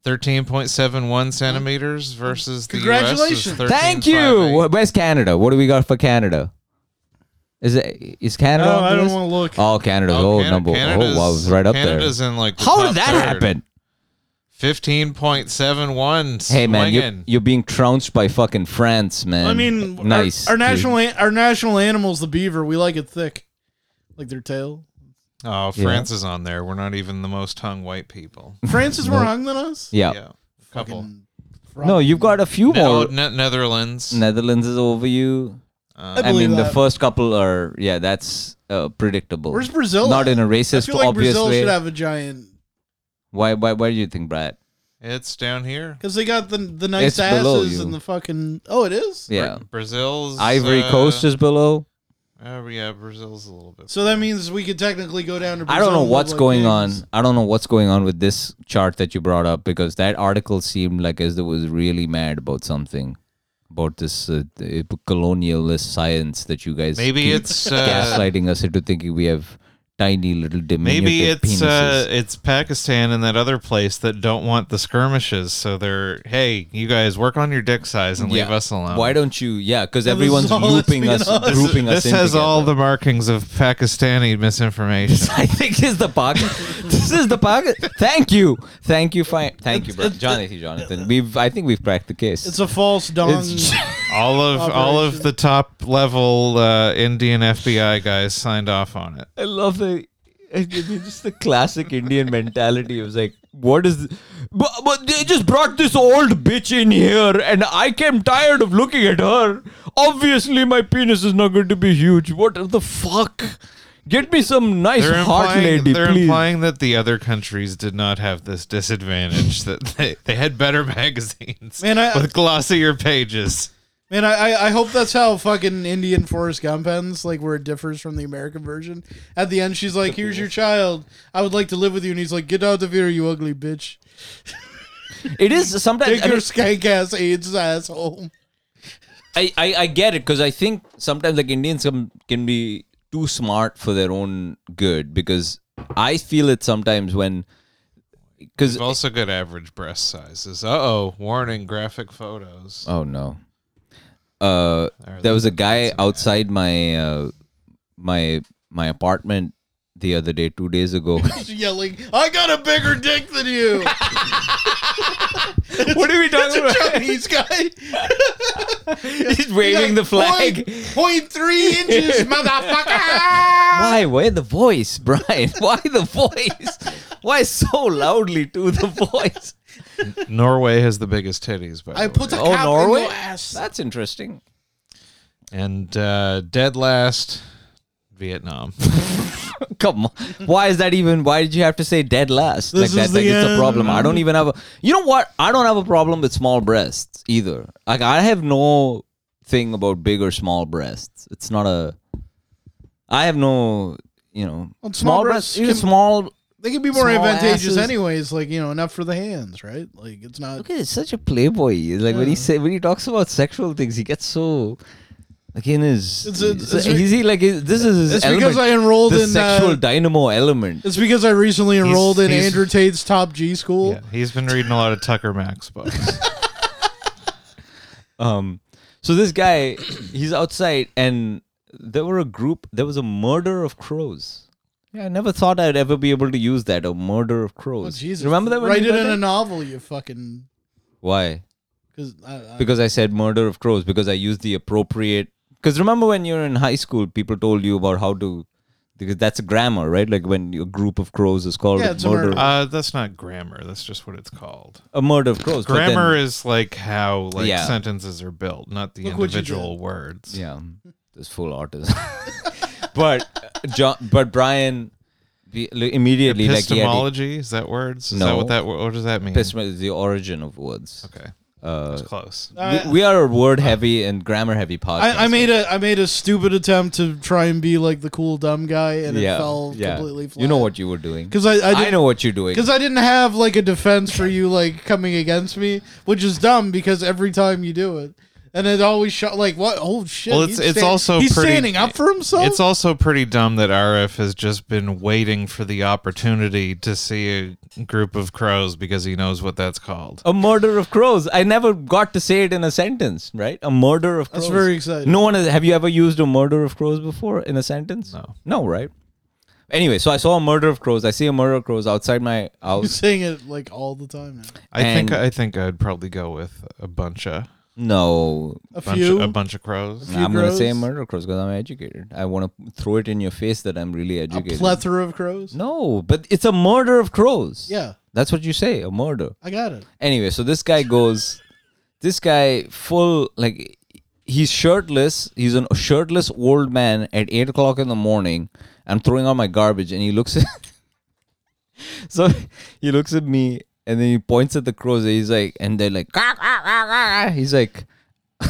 A: 13.71 centimeters versus the US is
C: Congratulations.
B: Mm. Thank
A: 13.58.
B: you. Wh- Where's Canada? What do we got for Canada? Is it is Canada?
C: No,
B: on the
C: I don't
B: list?
C: want to look.
B: Oh, Canada's
A: Oh,
B: oh,
A: Cana-
B: number.
A: Canada's-
B: oh, wow, it's right up
A: Canada's in like the
B: there. How
A: top
B: did that
A: third.
B: happen?
A: 15.71.
B: Hey man, you're,
A: swinging.
B: you're being trounced by fucking France, man.
C: I mean, our-
B: nice.
C: Our,
B: dude.
C: national an- our national animal's the beaver. We like it thick, like their tail.
A: oh,
B: Yeah.
A: France is on there. We're not even the most hung white people.
C: France is more hung than us.
B: Yeah.
A: Yeah, a couple.
C: Fucking
B: No, you've got a few
A: No,
B: more.
A: ne- Netherlands.
B: Netherlands is over you.
A: Uh,
C: I
B: I mean,
C: believe
B: the
C: that.
B: first couple are yeah, that's uh, predictable.
C: Where's Brazil?
B: Not in a
C: I
B: racist,
C: feel like
B: obvious
C: Brazil
B: way.
C: should have a giant
B: why? Why? Why do you think, Brad?
A: It's down here.
C: because they got the the nice
B: It's below
C: asses
B: you.
C: and the fucking. Oh, it is.
B: Yeah,
A: Brazil's
B: Ivory
A: uh,
B: Coast is below.
A: Oh yeah, Brazil's a little bit.
C: So that means we could technically go down to. Brazil
B: I don't know
C: and live
B: what's
C: like
B: going
C: kings.
B: on. I don't know what's going on with this chart that you brought up because that article seemed like as though it was really mad about something about this uh, the colonialist science that you guys
A: maybe
B: keep
A: it's uh,
B: gaslighting us into thinking we have tiny little diminutive
A: maybe it's uh,
B: penises.
A: it's Pakistan and that other place that don't want the skirmishes, so they're hey, you guys work on your dick size and leave
B: Yeah.
A: us alone.
B: Why don't you? Yeah, because
C: this is
B: everyone's
C: all that's
B: looping
C: being
B: us,
C: honest.
A: this,
B: grouping us.
A: this
B: in
A: has all
B: together.
A: the markings of Pakistani misinformation.
B: I think is the pocket. this is the pocket. Thank you, thank you, fi- thank you, bro. Jonathan. Jonathan, we've. I think we've cracked the case.
C: It's a false dong.
B: It's-
A: all of all of the top level uh, Indian FBI guys signed off on it.
B: I love the I mean, just the classic Indian mentality of like, what is? th- But, but they just brought this old bitch in here, and I came tired of looking at her. Obviously, my penis is not going to be huge. What the fuck? Get me some nice
A: They're
B: hot
A: implying,
B: lady,
A: they're
B: please.
A: implying that the other countries did not have this disadvantage that they, they had better magazines
C: Man, I-
A: with glossier pages.
C: Man, I, I I hope that's how fucking Indian Forrest Gump ends, like where it differs from the American version. At the end, she's like, "Here's your child. I would like to live with you," and he's like, "Get out of here, you ugly bitch."
B: It is sometimes.
C: Take
B: I,
C: your
B: mean,
C: skank ass AIDS asshole.
B: I, I, I get it because I think sometimes like Indians can, can be too smart for their own good because I feel it sometimes when because
A: We've also got average breast sizes. Uh oh, warning graphic photos.
B: Oh no. Uh,
A: Or
B: there was a
A: the-
B: guy
A: that's an
B: outside my uh, my my apartment the other day, two days ago.
C: Yelling, I got a bigger dick than you.
B: what are we talking
C: Chinese guy.
B: He's waving the flag.
C: Point, point three inches, motherfucker.
B: Why? Why the voice, Brian? Why the voice? Why so loudly to the voice?
A: Norway has the biggest titties, by
C: I
A: the
C: put
A: way.
C: the
B: Oh,
C: cap
B: Norway?
C: in your ass.
B: That's interesting.
A: and uh, dead last, Vietnam.
B: Come on. Why is that even? Why did you have to say dead last?
C: This
B: like
C: is
B: that, like
C: the
B: it's a
C: end.
B: problem. I don't even have a. You know what? I don't have a problem with small breasts either. Like I have no thing about big or small breasts. It's not a. I have no. You know,
C: Well, small
B: small
C: breasts
B: breasts. even
C: can-
B: small.
C: They can be more
B: Small
C: advantageous,
B: asses.
C: anyways. Like you know, enough for the hands, right? Like it's not.
B: Look at it's such a playboy. He's Like when he say when he talks about sexual things, he gets so. Like in his,
C: It's a-
B: it's
C: it's
B: a-
C: be-
B: is he like his- this is his
C: It's
B: element,
C: because I enrolled
B: the
C: in,
B: sexual
C: uh,
B: dynamo element.
C: It's because I recently enrolled in
A: he's-
C: Andrew Tate's top G school.
A: Yeah, he's been reading a lot of Tucker Max books.
B: Um, so this guy, he's outside, and there were a group. There was a murder of crows. Yeah, I never thought I'd ever be able to use that. A murder of
C: Oh,
B: crows.
C: Jesus!
B: Remember that? When
C: Write
B: we
C: it
B: got
C: in
B: that?
C: a novel, you fucking.
B: Why?
C: Because I, I,
B: Uh-huh. Because I said murder of crows because I used the appropriate. Because remember when you're in high school, people told you about how to. Because that's grammar, right? Like when a group of crows is called
C: Yeah,
B: a
C: it's a
B: murder,
C: murder.
A: uh, that's not grammar. That's just what it's called.
B: a murder of crows. but then-
A: Grammar is like how like
B: Yeah.
A: sentences are built, not the
C: Look what you
A: individual words.
B: Yeah, this full artist. but uh, John, but Brian, we- li- immediately like he had a-
A: Epistemology is that words? Is that
B: No.
A: what that wo- what does that mean?
B: Epistem is the origin of words.
A: okay,
B: Uh,
A: that's close.
C: I-
B: we, we are a word heavy and grammar heavy podcast.
C: I, I made a I made a stupid attempt to try and be like the cool dumb guy, and it fell completely flat.
B: You know what you were doing.
C: Because I I,
B: I,
C: didn't-
B: know what you're doing.
C: Because I didn't have like a defense for you like coming against me, which is dumb because every time you do it, and it always shot like what? Oh shit!
A: Well, it's-
C: he's
A: it's also
C: he's
A: pretty-
C: standing up for himself.
A: It's also pretty dumb that RF has just been waiting for the opportunity to see a group of crows because he knows what that's called.
B: A murder of crows. I never got to say it in a sentence, right? A murder of crows.
C: That's very exciting.
B: No one has, have you ever used a murder of crows before in a sentence?
A: No.
B: No, right? Anyway, so I saw a murder of crows. I see a murder of crows outside my
C: He's
B: house.
C: saying it like all the time. Now.
A: I think
B: And-
A: I think I'd probably go with a bunch of
B: No,
C: A
A: bunch
C: few.
A: a bunch of crows.
C: few
B: I'm gonna say a
C: crows?
B: murder of crows because I'm educated. I want to throw it in your face that I'm really
C: a
B: educated.
C: plethora of crows.
B: No, but it's a murder of crows.
C: Yeah,
B: That's what you say, a murder.
C: I got it.
B: Anyway, so this guy goes, this guy full, like, he's shirtless. He's an, a shirtless old man at 8 o'clock in the morning. I'm throwing out my garbage and he looks at, so he looks at me and then he points at the crows and he's like, and they're like, "Caw, caw, caw, caw." he's like,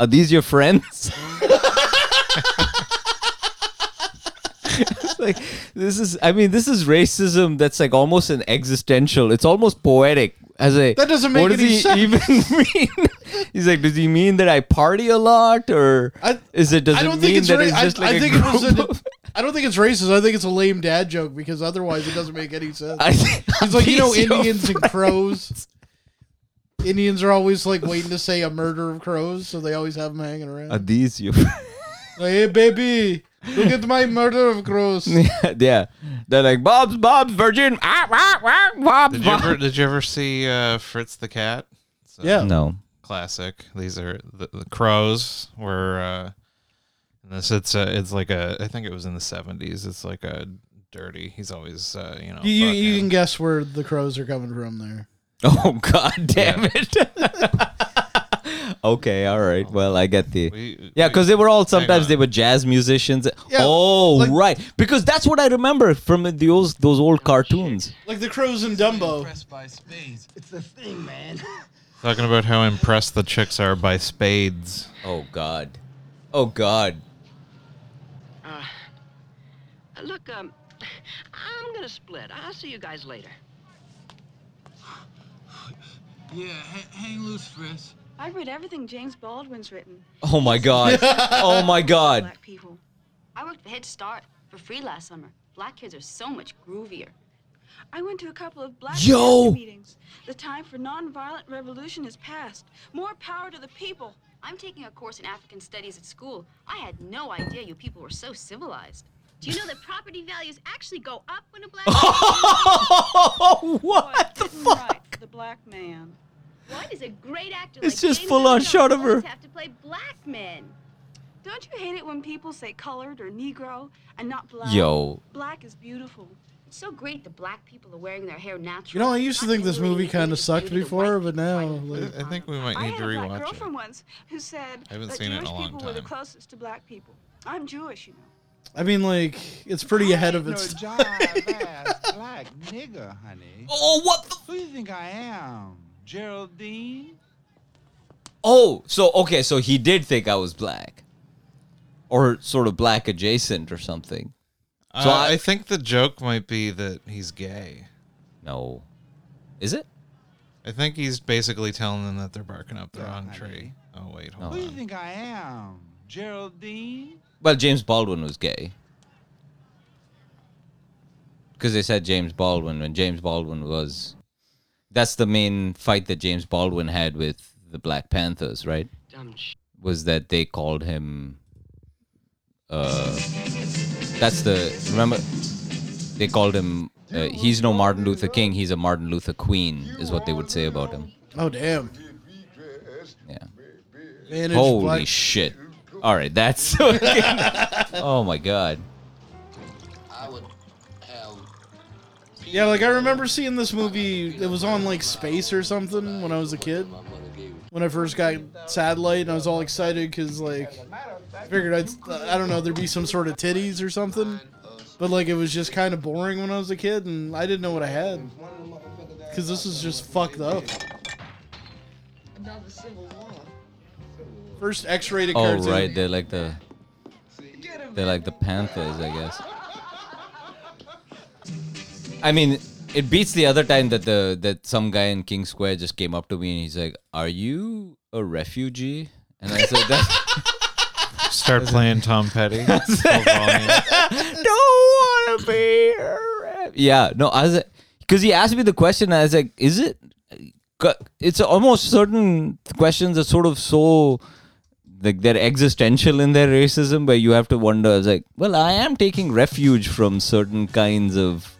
B: are these your friends? It's like this is i mean this is racism that's like almost an existential it's almost poetic as a
C: That doesn't make
B: what does
C: any
B: he
C: sense.
B: even mean he's like does he mean that i party a lot or
C: I-
B: is it does
C: I
B: it
C: don't think
B: mean
C: it's
B: that
C: ra-
B: it's
C: I,
B: just like
C: I
B: a
C: think it was.
B: group
C: A,
B: of-
C: I don't think it's racist. I think it's a lame dad joke because otherwise it doesn't make any sense.
B: I think-
C: It's like you know
B: These are
C: Indians and crows. Indians are always like waiting to say a murder of crows, so they always have them hanging around.
B: are these your
C: Like, hey baby, look at my murder of crows.
B: yeah they're like bob's bob's virgin ah, ah, ah, bob's
A: Did you
B: Bob.
A: ever did you ever see uh, Fritz the cat? It's a
C: Yeah.
B: no
A: classic. These are the, the crows were. Uh, and this it's a, it's like a I think it was in the seventies. It's like a dirty. He's always uh, you know.
C: You, you, you can
A: fucking-
C: guess where the crows are coming from there.
B: oh god damn it okay all right well i get the
A: we-
B: Yeah,
A: we-
B: because they were all sometimes
A: on.
B: they were jazz musicians.
C: Yeah,
B: oh,
C: like-
B: right, because that's what I remember from those those old cartoons.
C: Like the crows in Dumbo.
A: talking about how impressed the chicks are by spades.
B: Oh God, oh God.
E: Look, um, I'm gonna split. I'll see you guys later.
F: Yeah, ha- hang loose, Fritz.
E: I read everything James Baldwin's written.
B: Oh my god. oh my god.
E: Black people. I worked for Head Start for free last summer. Black kids are so much groovier. I went to a couple of black
B: Yo!
E: Panther meetings. The time for nonviolent revolution has passed. More power to the people.
G: I'm taking a course in African studies at school. I had no idea you people were so civilized. Do you know that property values actually go up when a black
B: what the
E: Written
B: fuck?
E: Right for the black man.
G: What is a great actor
B: It's
G: like
B: just
G: James
B: full-on
G: Earl
B: shot of her.
G: always have to play black men.
E: Don't you hate it when people say colored or Negro and not black?
B: Yo.
E: Black is beautiful.
G: It's so great that black people are wearing their hair natural.
C: You know, I used to
G: not
C: think this
G: emulating
C: movie kind of
G: images
C: sucked
G: due to the
C: before,
G: white
C: but now,
G: people trying to
C: like-
G: put
A: I think we
G: on
A: might
E: I
A: need to
E: had a
A: rewatch
E: black girlfriend
A: it.
E: once who said
A: I haven't
E: that
A: seen it
E: Jewish
A: in a long
E: people were the
A: time.
E: closest to black people. I'm Jewish, you know.
C: I mean, like it's pretty ahead of its.
F: No jive ass black nigga, honey.
B: Oh what the
F: Who do you think I am, Geraldine?
B: Oh, so okay, so he did think I was black. Or sort of black adjacent or something. So
A: uh,
B: I-
A: I, think the joke might be that he's gay.
B: No. Is it?
A: I think he's basically telling them that they're barking up the
F: Yeah,
A: wrong
F: I
A: tree.
F: mean-
A: Oh wait, hold
F: Who do you
A: on.
F: think I am, Geraldine?
B: Well, James Baldwin was gay. Because they said James Baldwin when James Baldwin was. That's the main fight that James Baldwin had with the Black Panthers, right?
D: Dumb sh-
B: Was that they called him. Uh, that's the. Remember? They called him. Uh, he's no Martin Luther King, he's a Martin Luther Queen, is what they would say about him.
C: Oh damn!
B: Yeah.
C: Managed
B: Holy
C: black-
B: shit. All right, that's. oh my god.
C: Yeah, like I remember seeing this movie. It was on like space or something when I was a kid. When I first got satellite, and I was all excited because like I figured I'd I don't know there'd be some sort of titties or something. But like it was just kind of boring when I was a kid, and I didn't know what I had because this was just fucked up. First X-rated
B: Oh
C: cartoon.
B: right, they're like the they're like the Panthers, I guess. I mean, it beats the other time that the that some guy in King Square just came up to me and he's like, "Are you a refugee?" And I said, that,
A: Start playing Tom Petty. Full volume.
B: "Don't want to be." A ref-" Yeah, no, I was because he asked me the question. And I was like, "Is it?" cu- It's almost certain questions are sort of so like they're existential in their racism where you have to wonder it's like well i am taking refuge from certain kinds of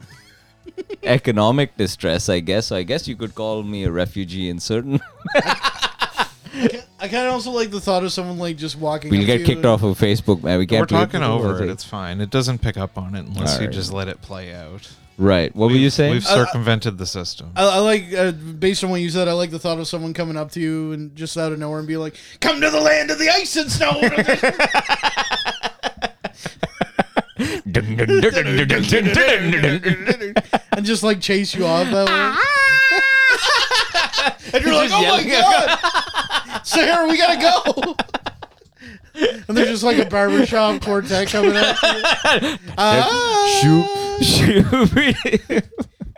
B: economic distress i guess so i guess you could call me a refugee in certain
C: I kind of also like the thought of someone like just walking.
B: we'll
C: up to
B: get
C: you
B: kicked
C: and-
B: off of facebook man we can't
A: We're
B: do it.
A: talking over it.
B: Like-
A: It's fine. It doesn't pick up on it unless you
B: Alright.
A: just let it play out.
B: right what were you saying
A: We've circumvented the system.
C: I, I like, uh, based on what you said, I like the thought of someone coming up to you and just out of nowhere and be like, "Come to the land of the ice and snow." and just like chase you off that way. and you're like,
B: Just
C: "Oh my
B: yelling.
C: god, Sarah, we gotta go." and there's just like a barbershop quartet coming up. Ah,
B: Shoot.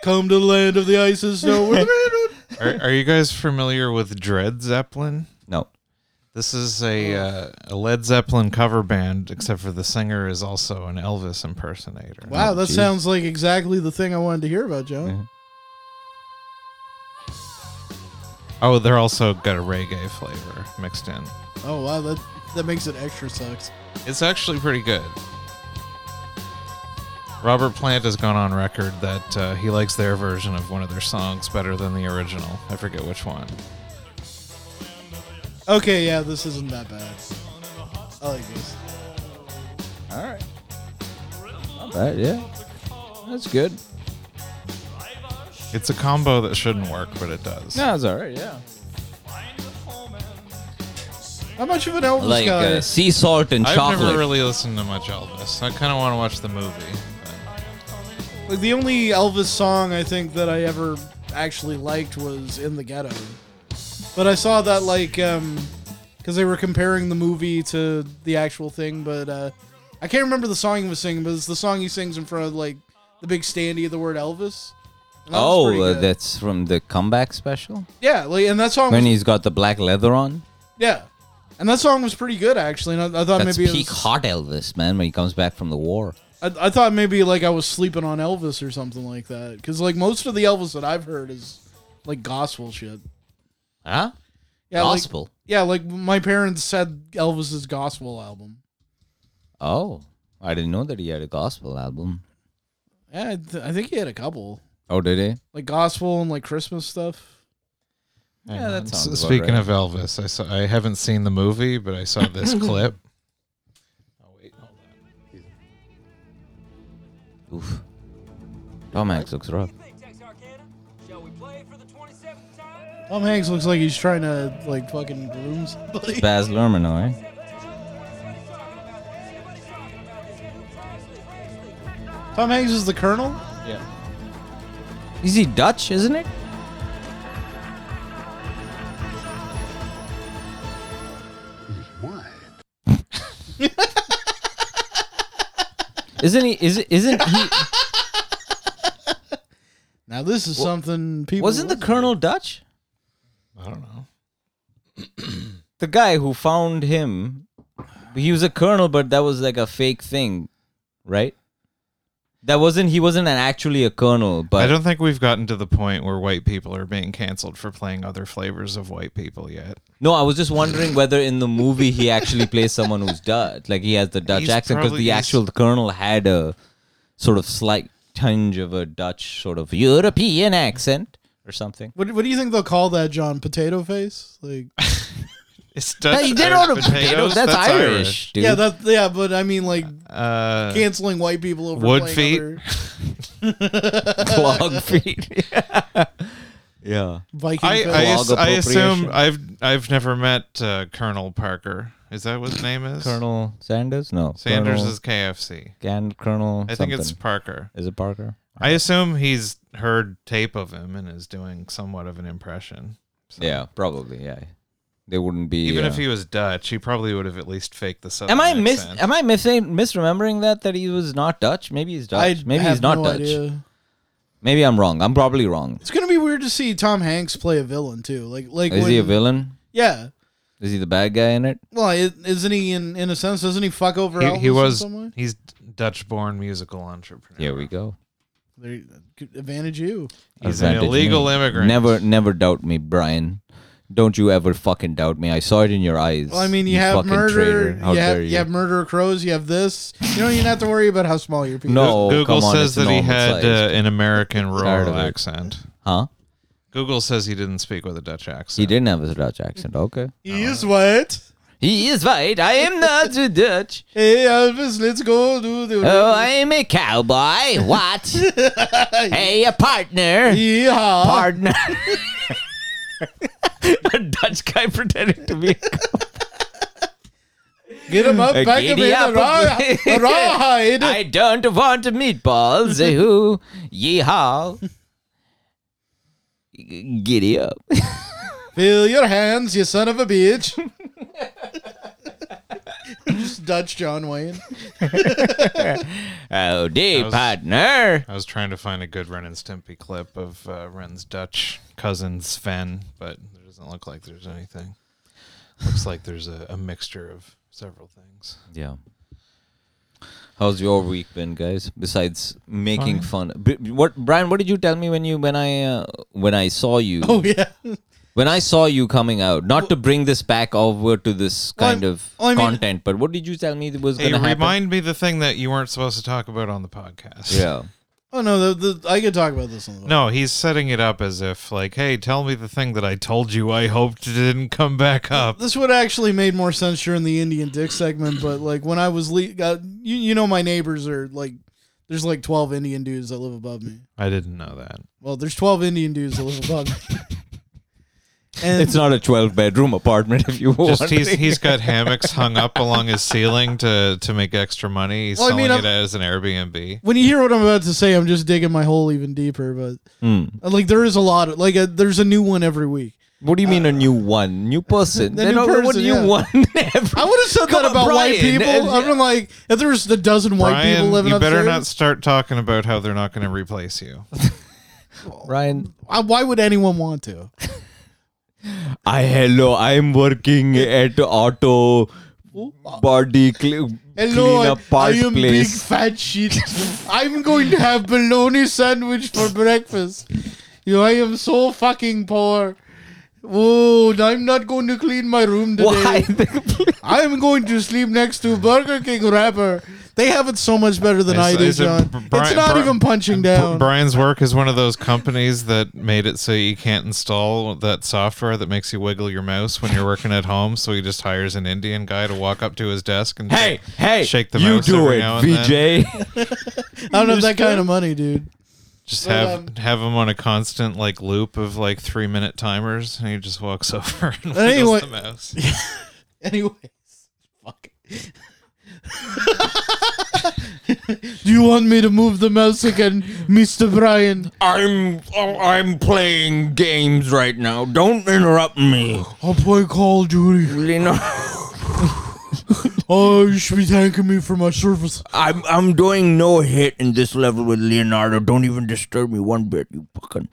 C: come to the land of the ice and snow. Where the man-
A: Are, are you guys familiar with Dread Zeppelin?
B: no
A: This is
C: Oh.
A: a uh, a Led Zeppelin cover band, except for the singer is also an Elvis impersonator.
C: Wow, that
B: geez.
C: sounds like exactly the thing I wanted to hear about, Joe.
A: Oh, they're also got a reggae flavor mixed in.
C: Oh wow, that that makes it extra sucks.
A: It's actually pretty good. Robert Plant has gone on record that uh, he likes their version of one of their songs better than the original. I forget which one.
C: Okay, yeah, this isn't that bad. I like this.
B: all right all right yeah that's good
A: It's a combo that shouldn't work, but it does.
B: no it's all right yeah
C: How much of an Elvis
B: like
C: guy?
B: uh, sea salt and
A: I've
B: chocolate
A: never really listened to much Elvis. I kind of want to watch the movie.
C: Like the only Elvis song I think that I ever actually liked was "In the Ghetto," but I saw that like um because they were comparing the movie to the actual thing, but uh I can't remember the song he was singing, but it's the song he sings in front of like the big standee of the word Elvis. That was
B: Oh,
C: pretty
B: uh,
C: good.
B: that's from the comeback special
C: yeah, like and that song.
B: when
C: Was,
B: he's got the black leather on.
C: yeah, and that song was pretty good actually. And I, I thought
B: That's
C: maybe
B: peak
C: it was,
B: hot Elvis, man. When he comes back from the war,
C: I, I thought maybe like I was sleeping on Elvis or something like that. Because like most of the Elvis that I've heard is like gospel shit.
B: huh?
C: Yeah, like-
B: Gospel.
C: yeah, like my parents said Elvis's gospel album.
B: Oh, I didn't know that he had a gospel album.
C: Yeah, I, th- I think he had a couple
B: Oh, did he?
C: like gospel and like Christmas stuff.
B: Yeah, that sounds about
A: Speaking
B: right.
A: of Elvis, I saw. I haven't seen the movie, but I saw this clip. Oh wait, hold on.
B: Oof. Tom Hanks looks rough.
C: Tom Hanks looks like he's trying to like fucking groom somebody.
B: Baz Luhrmann, all right?
C: Tom Hanks is the colonel.
B: Is he Dutch, isn't it? Isn't he? Is isn't he?
C: Now this is something people
B: Wasn't the colonel Dutch?
A: I don't know.
B: The guy who found him, he was a colonel, but that was like a fake thing, right? That wasn't. He wasn't an, actually a colonel,
A: I
B: but
A: don't think we've gotten to the point where white people are being canceled for playing other flavors of white people yet.
B: No, I was just wondering whether in the movie he actually plays someone who's Dutch, like he has the Dutch
A: He's
B: accent, because
A: probably-
B: the
A: he's-
B: actual colonel had a sort of slight tinge of a Dutch sort of European accent or something.
C: What, what do you think they'll call that, John? Potato face? Like,
A: It's
B: Hey, they don't have potatoes. That's, Irish, dude.
C: yeah, that, yeah, but I mean, like
A: Uh,
C: canceling white people over
A: wood
C: playing
A: feet?
C: other
B: clog feet. yeah.
C: Viking.
A: I,
C: films.
A: I, ass-
B: Blog
A: I assume
B: appropriation.
A: I've I've never met uh, Colonel Parker. Is that what his name is?
B: Colonel Sanders? No.
A: Sanders
B: Colonel
A: is KFC.
B: Gan- Colonel.
A: I think it's
B: something.
A: Parker.
B: Is it Parker?
A: I assume he's heard tape of him and is doing somewhat of an impression. So,
B: Yeah, probably. Yeah. They wouldn't be.
A: Even
B: uh,
A: if he was Dutch, he probably would have at least faked the southern
B: Am I mis?
A: accent.
B: Am I mis- misremembering that that he was not Dutch? Maybe he's Dutch.
C: I
B: Maybe
C: have
B: he's not
C: no
B: Dutch.
C: idea.
B: Maybe I'm wrong. I'm probably wrong.
C: It's gonna be weird to see Tom Hanks play a villain too. Like, like
B: Is
C: when-
B: he a villain?
C: Yeah.
B: Is he the bad guy in it?
C: Well, i- isn't he in in a sense? Doesn't he fuck over?
A: He,
C: Elvis
A: he
C: in
A: was.
C: some way?
A: He's Dutch-born musical entrepreneur.
B: Here we go.
C: There, advantage you.
A: He's an
B: Advantage
A: illegal
B: me.
A: immigrant.
B: Never, never doubt me, Brian. Don't you ever fucking doubt me. I saw it in your eyes.
C: Well, I mean, you, have
B: fucking
C: murder.
B: traitor. How
C: You have,
B: dare
C: you have murder crows. You have this. You don't even have to worry about how small your penis.
B: No,
A: Google
B: Oh, come on,
A: says
B: it's a
A: that he
B: normal
A: had
B: size.
A: uh, an American
B: Tired
A: rural
B: of it.
A: accent.
B: huh?
A: Google says he didn't speak with a Dutch accent.
B: He didn't have a Dutch accent. Okay.
C: He is white.
B: He is white. I am not a Dutch.
C: Hey Elvis, let's go do the.
B: Oh, I am a cowboy. What? hey, a partner.
C: Yeehaw.
B: partner. a Dutch guy pretending to be a
C: Get him up,
B: Uh,
C: back him
B: giddy
C: in the
B: up.
C: raw, the rawhide.
B: I don't want meatballs. eh, Who? Yeehaw. G- Giddy up.
C: Fill your hands, you son of a bitch. Just Dutch John Wayne.
B: Howdy,
A: was-
B: partner.
A: I was trying to find a good Ren and Stimpy clip of uh, Ren's Dutch cousin Sven, but there doesn't look like there's anything. Looks like there's a, a mixture of several things.
B: Yeah. How's your week been, guys? Besides making fun, B- what Brian? What did you tell me when you when I uh, when I saw you?
C: Oh yeah.
B: When I saw you coming out, not to bring this back over to this
C: Well,
B: kind
C: I'm-
B: of
C: well, I mean-
B: content, but what did you tell me that was
A: Hey,
B: going to happen?
A: remind me the thing that you weren't supposed to talk about on the podcast.
B: yeah.
C: Oh no, the, the, I could talk about this one.
A: No, he's setting it up as if like, hey, tell me the thing that I told you I hoped didn't come back up.
C: This would actually made more sense during the Indian dick segment, but like when I was le- got, you, you know my neighbors are like there's like 12 Indian dudes that live above me.
A: I didn't know that.
C: Well, there's 12 Indian dudes that live above me. And
B: It's not a 12 bedroom apartment if you want.
A: Just he's he's got hammocks hung up along his ceiling to to make extra money. He's
C: Well, I
A: selling
C: mean,
A: it as an Airbnb.
C: when you hear what I'm about to say, I'm just digging my hole even deeper. But uh, like, there is a lot of like, uh there's a new one every week.
B: What do you mean a new one? New person?
C: The
B: Then
C: new
B: uh, what
C: person,
B: do you
C: yeah.
B: want? Every-
C: I would have said
B: Come
C: that
B: on,
C: about white
B: Brian.
C: people.
B: Uh,
C: I've been like, if there was a dozen white people
A: Brian,
C: living
A: you
C: upstairs,
A: better not start talking about how they're not going to replace you.
B: Ryan,
C: I, why would anyone want to?
B: I hello, I'm working at auto body cl- clean
C: Hello,
B: up
C: I
B: part
C: am big
B: place.
C: fat shit. I'm going to have bologna sandwich for breakfast. You, I am so fucking poor. Oh, I'm not going to clean my room today.
B: Why? the-
C: I'm going to sleep next to Burger King wrapper. They have it so much better than I do,
A: Is- is it
C: John.
A: Bri- Bri-
C: it's not
A: Bri-
C: even punching
A: Br-
C: down.
A: Brian's work is one of those companies that made it so you can't install that software that makes you wiggle your mouse when you're working at home. So he just hires an Indian guy to walk up to his desk and
B: hey,
A: shake-
B: hey,
A: shake the
B: you
A: mouse
B: do
A: every
B: it,
A: now and then.
B: VJ.
C: I don't have that kind of money, dude.
A: Just
C: But,
A: have
C: um,
A: have him on a constant like loop of like three minute timers, and he just walks over and wiggles
C: Anyway-
A: the mouse.
C: Anyways, fuck. Do you want me to move the mouse again, Mr. Brian?
B: I'm
H: oh,
B: I'm playing games right now. Don't interrupt me.
C: I'll play Call of Duty. Oh, you should be thanking me for my service.
H: I'm I'm doing no hit in this level with Leonardo. Don't even disturb me one bit, you fucking.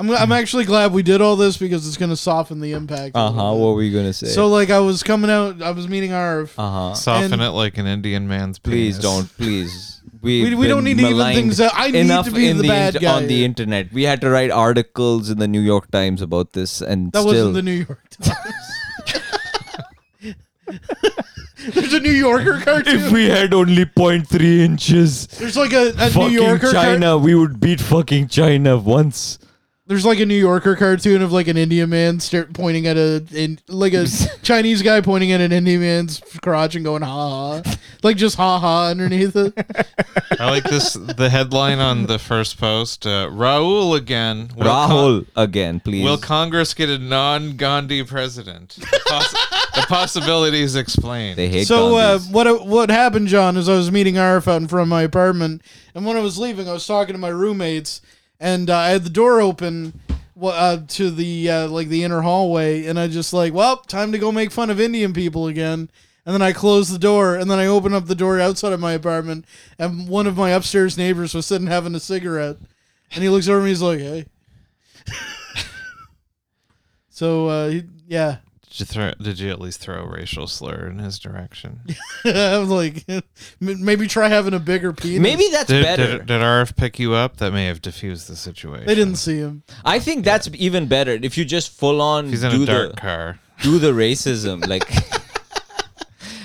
C: I'm, I'm actually glad we did all this because it's going to soften the impact. a
B: Uh huh.
C: little
B: What were you gonna say?
C: bit. So, like, I was coming out, I was meeting Arv.
B: uh huh.
A: Soften
C: And-
A: it like an Indian man's.
B: Please
A: penis.
B: don't. Please. We've
C: We- we don't
B: been
C: need to even
B: maligned
C: things that- I need
B: enough
C: to be
B: in
C: the bad
B: int-
C: guy
B: on the
C: here.
B: internet. We had to write articles in the New York Times about this, and
C: That
B: still,
C: wasn't the New York Times. There's a New Yorker
H: If
C: cartoon.
H: we had only 0.3 inches,
C: There's like a, a New
H: fucking
C: Yorker car-
H: China, we would beat fucking China once.
C: There's like a New Yorker cartoon of like an Indian man star- pointing at a in, like a Chinese guy pointing at an Indian man's crotch and going ha ha, like just ha ha underneath it.
A: I like this. The headline on the first post: uh, Raul again. Will
B: Rahul again, please.
A: Will Congress get a non-Gandhi president? The, poss- the possibilities explained.
B: they hate
C: so uh,
B: Gandhis.
C: what what happened, John, is I was meeting Arif out in front of my apartment, and when I was leaving, I was talking to my roommates, and uh, I had the door open wa- uh, to the uh, like the inner hallway, and I just like, well, time to go make fun of Indian people again. And then I closed the door, and then I opened up the door outside of my apartment, and one of my upstairs neighbors was sitting having a cigarette, and he looks over me, he's like, hey. so uh, he, yeah,
A: Did you, throw, did you at least throw a racial slur in his direction?
C: I'm like, m- maybe try having a bigger penis.
B: Maybe that's
A: Did,
B: better.
A: did, did RF pick you up? That may have diffused the situation.
C: they didn't see him.
B: I think that's even better if you just full on
A: He's in
B: do
A: a dark
B: the
A: car.
B: do the racism. Like,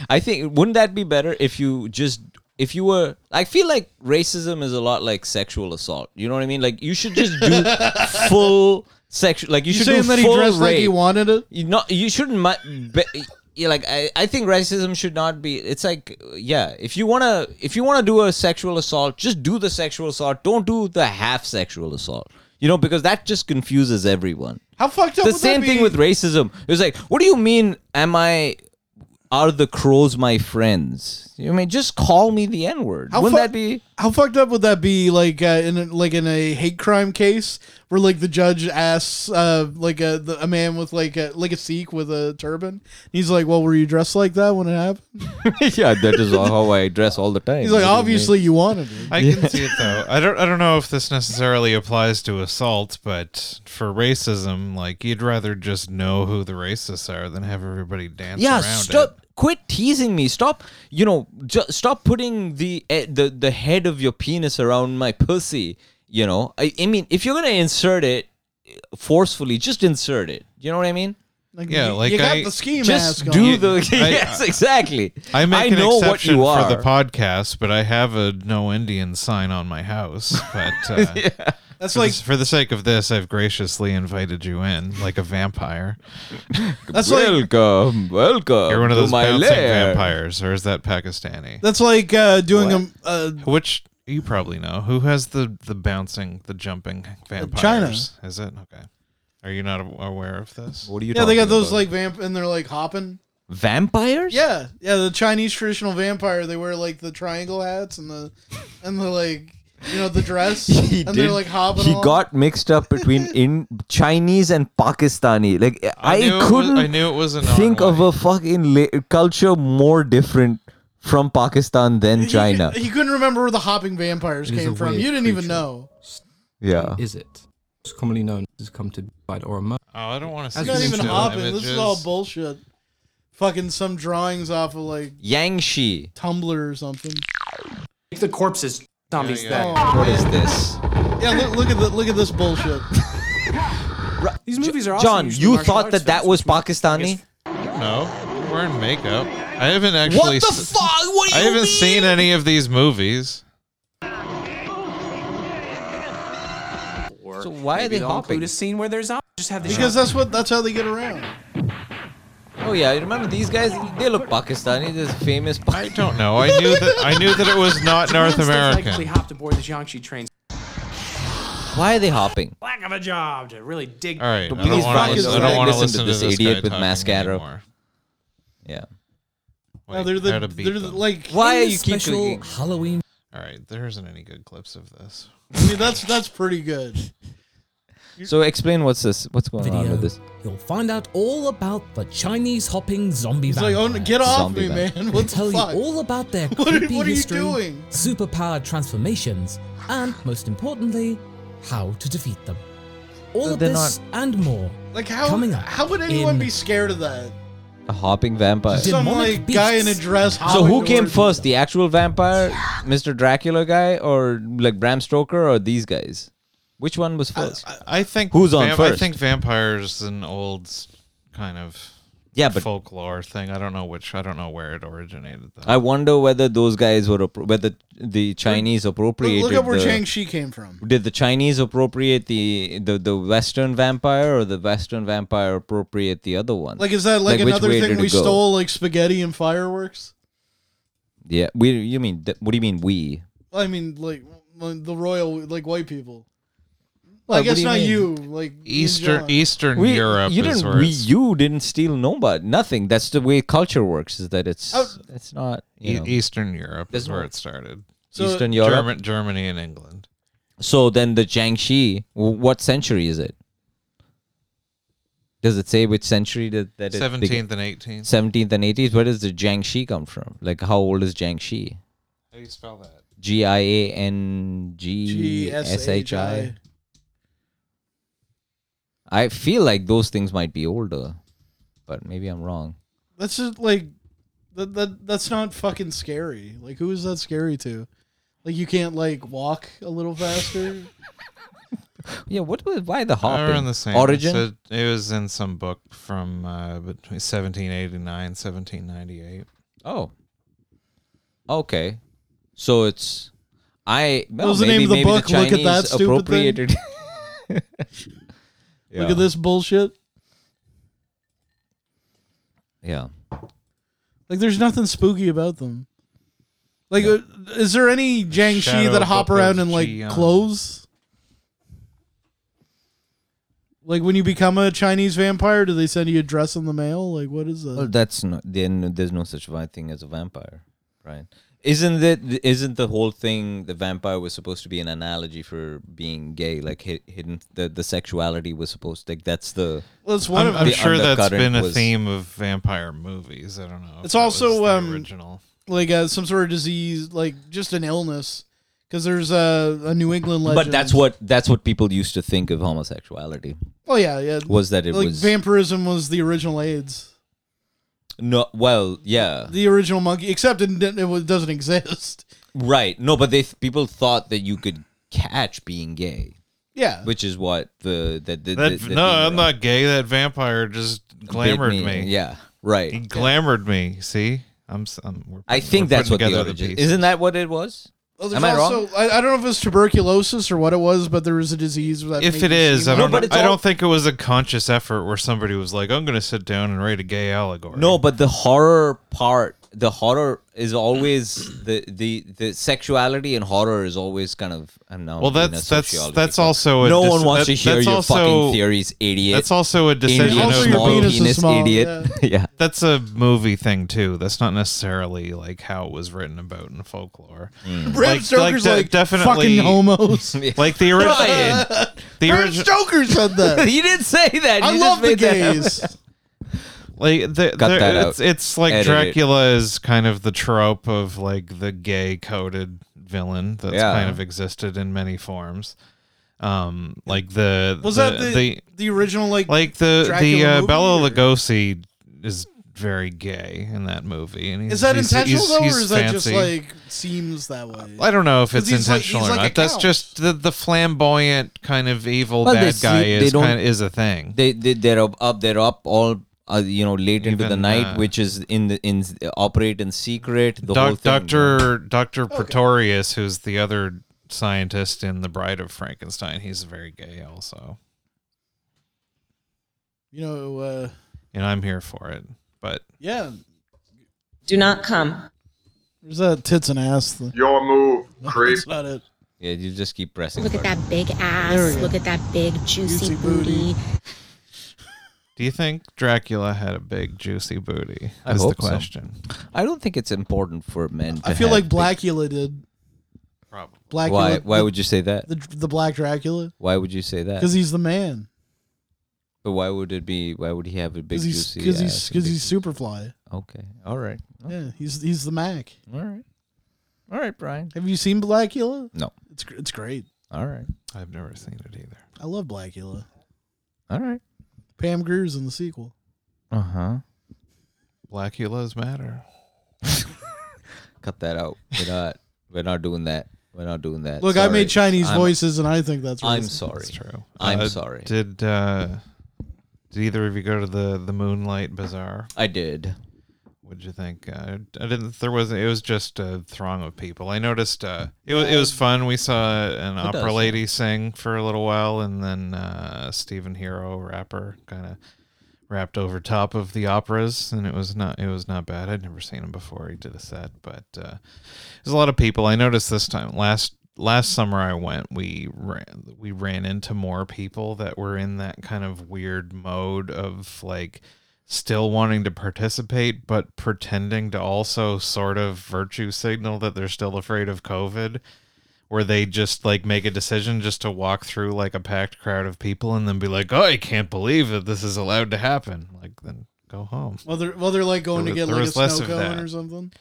B: I think wouldn't that be better if you just if you were? I feel like racism is a lot like sexual assault. You know what I mean? Like you should just do full sexual. Like you,
C: You
B: should
C: saying
B: do
C: that he
B: full
C: dressed like he
B: rape.
C: wanted it?
B: you not you shouldn't mu- be, yeah, like I, I think racism should not be it's like yeah if you want to if you want to do a sexual assault just do the sexual assault don't do the half sexual assault you know because that just confuses everyone
C: How fucked up?
B: the
C: would
B: same
C: that
B: thing
C: be?
B: with racism it was like what do you mean am i are the crows my friends you know what I mean just call me the n word
C: How
B: wouldn't
C: fu-
B: that be
C: How fucked up would that be? Like uh, in a, like in a hate crime case where like the judge asks uh, like a the, a man with like a like a Sikh with a turban. He's like, "Well, were you dressed like that when it
A: Oh,
C: happened?"
B: yeah that is how i dress all the time
C: He's like, "Obviously, you wanted it."
A: I can see it though. I don't. I don't know if this necessarily applies to assault, but for racism, like you'd rather just know who the racists are than have everybody dance.
B: yeah
A: around
B: stop quit teasing me stop you know ju- stop putting the eh, the the head of your penis around my pussy you know I, I mean if you're gonna insert it eh, forcefully just insert it you know what i mean
C: Like,
A: Yeah,
C: you,
A: like
C: you got
A: I-
C: the ski
B: just
C: mask
B: do
C: on.
B: the
A: I-
B: yes exactly
A: It. I make an
B: know what
A: exception
B: you
A: for
B: are
A: the podcast, but I have a no Indian sign on my house. But uh,
C: That's
A: for,
C: like
A: the, for the sake of this, I've graciously invited you in, like a vampire.
C: that's like
B: welcome welcome
A: You're one of
B: to
A: those
B: my
A: bouncing
B: lair.
A: vampires, or is that Pakistani?
C: that's like uh, doing a uh,
A: Which you probably know. Who has the the bouncing, the jumping vampires? Is it okay? Are you not a- aware of this?
B: what are you
C: yeah. They got
B: talking
C: those
B: about?
C: like vamp and they're like hopping.
B: vampires
C: Yeah, yeah. The Chinese traditional vampire, they wear like the triangle hats and the and the like, you know, the dress,
B: he did.
C: and they're like hobbling.
B: he got mixed up between in Chinese and Pakistani. Like I,
A: knew it was-
B: couldn't.
A: I knew it was a
B: think of
A: non-white.
B: a fucking la- culture more different from Pakistan than China.
C: He, couldn't remember where the hopping vampires
I: It is
C: came
I: a
C: from.
I: weird
C: You didn't even
I: creature.
C: know.
B: yeah,
I: Is it? most commonly known as come to bite or a mug.
A: Oh, I don't want to see
C: It's not
I: we
C: even
I: still
C: hopping.
A: Images.
C: This is all bullshit. Fucking some drawings off of like
B: Yangshi.
C: Tumblr or something.
I: Make the corpses zombies
A: Yeah,
I: that.
A: yeah.
B: What is this?
C: Yeah, look, look at the, look at this bullshit.
I: These movies are awesome.
B: John,
I: used in
B: you
I: martial
B: thought
I: arts
B: that that
I: films.
B: was Pakistani?
A: No, we're in makeup. I haven't actually.
B: What the
A: s-
B: fuck? What do
A: I
B: you
A: haven't
B: mean?
A: seen any of these movies.
B: So why are
I: Maybe
B: they
I: they'll include
B: hopping?
I: a scene where there's zombies. Just have the
C: Because that's what that's how they get around.
B: Oh yeah, I remember these guys. They look Pakistani. This famous.
A: I
B: Pakistani.
A: don't know. I knew that. I knew that it was not North
I: Journalists likely
A: American.
I: hopped aboard the Jiangxi train.
B: Why are they hopping?
I: Lack of a job to really dig.
A: All right. I don't
B: Please
A: want to
B: fucking
A: listen, I
B: don't
A: don't want to listen
B: listen to
A: to
B: this
A: this
B: idiot
A: guy
B: with
A: talking
B: mascara.
A: anymore.
B: Yeah.
A: Wait,
C: No, they're
A: how
C: the
A: to beat
C: they're the,
A: them.
C: like.
B: Why are you keep
D: special
B: clicking?
D: Halloween
A: All right. There isn't any good clips of this.
C: I mean, that's that's pretty good.
B: So explain what's this? What's going on
D: video,
B: with this?
D: you'll find out all about the Chinese hopping zombie
C: It's like, oh,
D: vampires.
C: get off
B: Zombie
C: me,
B: man.
C: man!
D: We'll
C: What
D: tell
C: the
D: you
C: fuck?
D: all about their
C: What are-
D: creepy
C: what are you
D: history,
C: doing?
D: superpower transformations, and most importantly, how to defeat them. All
B: But
D: of
B: they're
D: this and more.
C: Like how
D: Coming up
C: how would anyone
D: in-
C: be scared of that?
B: A hopping vampire.
D: Did-
C: Some
D: Demonic
C: like guy in a
D: beasts.
C: dress.
B: So
C: hopping
B: who came
C: towards-
B: first, the actual vampire, Mr. Dracula guy, or like Bram Stoker, or these guys? Which one was first?
A: I, I think
B: Who's on
A: I
B: first?
A: think vampires an old s- kind of
B: yeah, but
A: folklore thing. I don't know which. I don't know where it originated though.
B: I wonder whether those guys were appro- whether the Chinese
C: Look,
B: appropriated.
C: look up where
B: the,
C: Chang Shi came from.
B: did the Chinese appropriate the, the the Western vampire, or the Western vampire appropriate the other one?
C: Like, is that like,
B: which
C: another
B: way
C: thing
B: did it
C: we
B: go?
C: stole, like spaghetti and fireworks?
B: Yeah, we. You mean th- what do you mean we?
C: I mean, like like the royal, like white people.
B: Well,
C: I
B: what
C: guess
B: do you
C: not
B: mean?
C: you. Like me and
A: Eastern
C: John.
A: Eastern Europe
B: you
A: is
B: didn't.
A: where
B: we,
A: it's-
B: you didn't steal nobody. Nothing. That's the way culture works. Is that it's
C: Oh.
B: it's not
A: E-
B: you know,
A: Eastern Europe is
B: There's
A: where
B: no-
A: it started.
C: So-
B: Eastern Europe.
A: German, Germany and England.
B: So then the Jiangxi, w- what century is it? Does it say which century that that it
A: Seventeenth and eighteenth.
B: seventeenth and eighteenth? Where does the Jiangxi come from? Like how old is Jiangxi?
A: How do you spell that?
B: G I A N G S H I.
C: G-S-H-I.
B: I feel like those things might be older, but maybe I'm wrong.
C: That's just like that, that that's not fucking scary. Like who is that scary to? Like you can't like walk a little faster.
B: Yeah, what was why the hopping?
A: Around the same
B: Origin?
A: So it was in some book from uh, between 1789, 1798.
B: Oh. Okay. So it's I well,
C: was the
B: maybe,
C: name of the
B: maybe
C: book?
B: Chinese
C: Look at that stupid thing.
B: appropriated.
C: Look at this bullshit.
B: Yeah.
C: Like there's nothing spooky about them. Like uh, is there any Jiang Shi
A: Shadow
C: that hop
A: Book
C: around
A: of
C: in like
A: Qian.
C: clothes? Like when you become a Chinese vampire, do they send you a dress in the mail? Like what is that?
B: Well, Oh, that's not then there's no such vi- thing as a vampire, right? Isn't it isn't the whole thing the vampire was supposed to be an analogy for being gay, like hi- hidden the, the sexuality was supposed like that's the
C: Well, it's one
A: I'm,
C: of
A: I'm
B: the
A: sure that's
B: undercurrent
A: been a
B: was-
A: theme of vampire movies. I don't know. if
C: It's
A: that
C: also,
A: was the
C: um,
A: original.
C: like uh, some sort of disease, like just an illness. Because there's a, a New England legend.
B: But that's what that's what people used to think of homosexuality
C: Oh yeah, yeah.
B: was that it
C: like
B: was
C: vampirism was the original AIDS,
B: no well yeah
C: the original monkey. Except it, didn't- it was- doesn't exist.
B: right no but they th- people thought that you could catch being gay
C: Yeah,
B: which is what the that the,
A: That,
B: the-
A: no,
B: the thing
A: I'm
B: around
A: not gay. That vampire just
B: bit
A: glamored me.
B: Yeah,
A: He
B: right.
A: glamored me. See, I'm. s- I'm we're
B: I
A: putting-
B: think
A: we're
B: that's what
A: putting
B: the
A: together
B: origin.
A: pieces.
B: Isn't that what it was?
C: Well,
B: Am I wrong?
C: I, I don't know if it was tuberculosis or what it was, but there was a disease that.
A: If
C: made
A: it
C: you
A: is,
C: seem
A: I
B: No,
A: don't.
B: but
A: know-
B: it's
A: I
B: all-
A: don't think it was a conscious effort where somebody was like, "I'm going to sit down and write a gay allegory."
B: No, but the horror part, the horror is always the the the sexuality and horror is always kind of. I'm now
A: Well,
B: doing a
A: that's that's
B: sociology
A: that's
B: class.
A: also a
B: No
A: deci-
B: one wants
A: that-
B: to hear
A: that's
B: your
A: also-
B: fucking theories, idiot.
A: That's also a decision.
B: Indian
C: Also
A: of-
C: your
B: small
C: penis is
B: penis,
C: small,
B: idiot. yeah.
A: that's a movie thing too. That's not necessarily like how it was written about in folklore.
C: Bram
B: Hmm.
A: like- like,
C: Stoker's
A: de-
C: like,
A: definitely-
C: fucking homos.
A: Like the original,
B: Brian,
A: the
C: Bram
A: original,
C: Stoker said that.
B: you didn't say that.
C: I
B: you just
C: love the
B: made that up.
C: gays.
A: like the,
B: Cut
A: there-
B: that
A: it's,
B: out.
A: it's like
B: Edit it.
A: Dracula is kind of the trope of like the gay coded villain that's
B: Yeah.
A: kind of existed in many forms. um like the
C: Was
A: the,
C: that the the,
A: the
C: original like,
A: like the the
C: Dracula
A: uh,
C: movie,
A: Bella
C: or-
A: Lugosi is very gay in that movie, and he's,
C: Is that
A: he's-
C: intentional
A: he's-
C: though,
A: he's
C: or is that just
A: fancy.
C: like seems that way?
A: I don't know if
C: 'Cause
A: it's
C: he's like-
A: intentional
C: he's
A: or
C: like a
A: not. That's
C: count.
A: just the, the flamboyant kind of evil
B: Well, they
A: bad guy
B: sleep- they
A: is
B: don't-
A: kind of, is a thing.
B: They they they're up- up they're up all uh, you know late into the
A: Even,
B: night,
A: uh,
B: which is in the in operate in secret. The whole
A: Doc,
B: thing, man.
A: Doctor Doctor Pretorius, who's the other scientist in The Bride of Frankenstein, he's very gay also,
C: You know, uh,
A: and I'm here for it. But
C: yeah.
J: Do not come.
C: There's that tits and ass. Thing.
K: Your move, creep.
C: That's not it.
B: Yeah, you just keep pressing.
L: Look at
B: button.
L: that big
C: There we
L: ass.
C: go.
L: Look at that big juicy booty.
A: do you think Dracula had a big juicy booty?
B: I
A: Is the
B: hope so.
A: question.
B: I don't think it's important for men. To
C: I feel
B: have
C: like
B: big-
C: Blackula did.
A: Probably.
C: Blackula.
B: Why? Why
C: the,
B: would you say that?
C: the the Black Dracula?
B: Why would you say that?
C: Because he's the man.
B: But why would it be? Why would he have a big
C: Because he's
B: juicy?
C: because he's
B: ass and
C: because
B: big-
C: he's Superfly.
B: Okay. All right.
C: Yeah, he's he's the Mac.
B: All right. All right, Brian.
C: Have you seen Blackula?
B: No.
C: It's gr- it's great.
B: All right.
A: I've never seen it either.
C: I love Blackula.
B: All right.
C: Pam Greer's in the sequel.
B: Uh
C: Uh-huh.
B: huh.
A: Blackulas matter.
B: Cut that out. We're not. we're not doing that. We're not doing that.
C: Look, I
B: Sorry.
C: made Chinese
B: I'm-
C: voices, and I think that's. Racist.
B: I'm sorry.
A: It's true.
B: I'm
A: Uh,
B: sorry.
A: Did uh, did either of you go to the the Moonlight Bazaar?
B: I did.
A: What'd you think? Uh, I didn't. There was. It was just a throng of people. I noticed. Uh, it was. It was fun. We saw an opera
B: does?
A: lady sing for a little while, and then uh, Stephen Hero rapper kind of rapped over top of the operas, and it was not. It was not bad. I'd never seen him before. He did a set, but uh, there's a lot of people. I noticed this time last. Last summer I went, we ran, we ran into more people that were in that kind of weird mode of like still wanting to participate but pretending to also sort of virtue signal that they're still afraid of covid where they just like make a decision just to walk through like a packed crowd of people and then be like oh i can't believe that this is allowed to happen like then go home
C: Well, they're well, they're like going
A: There
C: to
A: was- there
C: get like a
A: was less
C: snow
A: of
C: cone
A: that.
C: or something.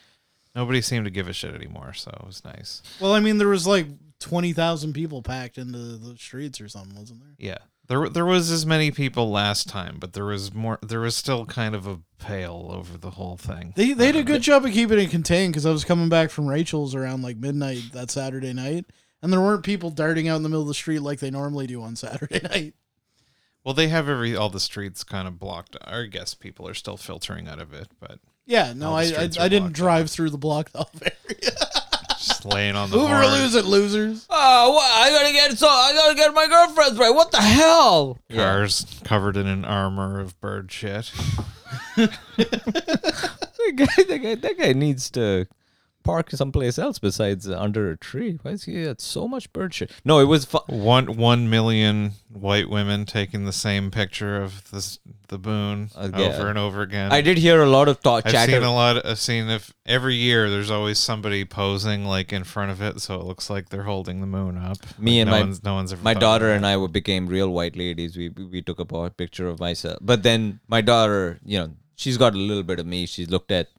A: nobody seemed to give a shit anymore so it was nice
C: Well, I mean, there was like twenty thousand people packed into the streets or something, wasn't there?
A: yeah there, there was as many people last time but there was more there was still kind of a pale over the whole thing
C: They they did a good job of keeping it contained because I was coming back from Rachel's around like midnight that Saturday night, and there weren't people darting out in the middle of the street like they normally do on Saturday night.
A: well they have every all the streets kind of blocked i guess people are still filtering out of it but
C: Yeah, no,
A: All the
C: I I,
A: streets
C: I
A: are
C: didn't
A: blocked
C: drive through the blocked off area.
A: just laying on the
C: Uber or
A: horn.
C: lose it, losers.
B: Oh, I gotta get so I gotta get my girlfriend's right. What the hell?
A: Cars covered in an armor of bird shit.
B: That guy, that guy, that guy needs to park someplace else besides uh, under a tree. Why is he got so much bird shit? No, it was fu-
A: One one million white women taking the same picture of this, the moon
B: Uh, yeah.
A: over and over again.
B: I did hear a lot of talk
A: I've
B: chatter.
A: seen a lot. I've seen if every year there's always somebody posing like in front of it, so it looks like they're holding the moon up. Like,
B: Me and
A: no
B: my
A: one's, no one's ever
B: my
A: thought of
B: daughter
A: that.
B: and I were became real white ladies. We we we took a po- picture of myself, but then my daughter, you know, she's got a little bit of me. She looked at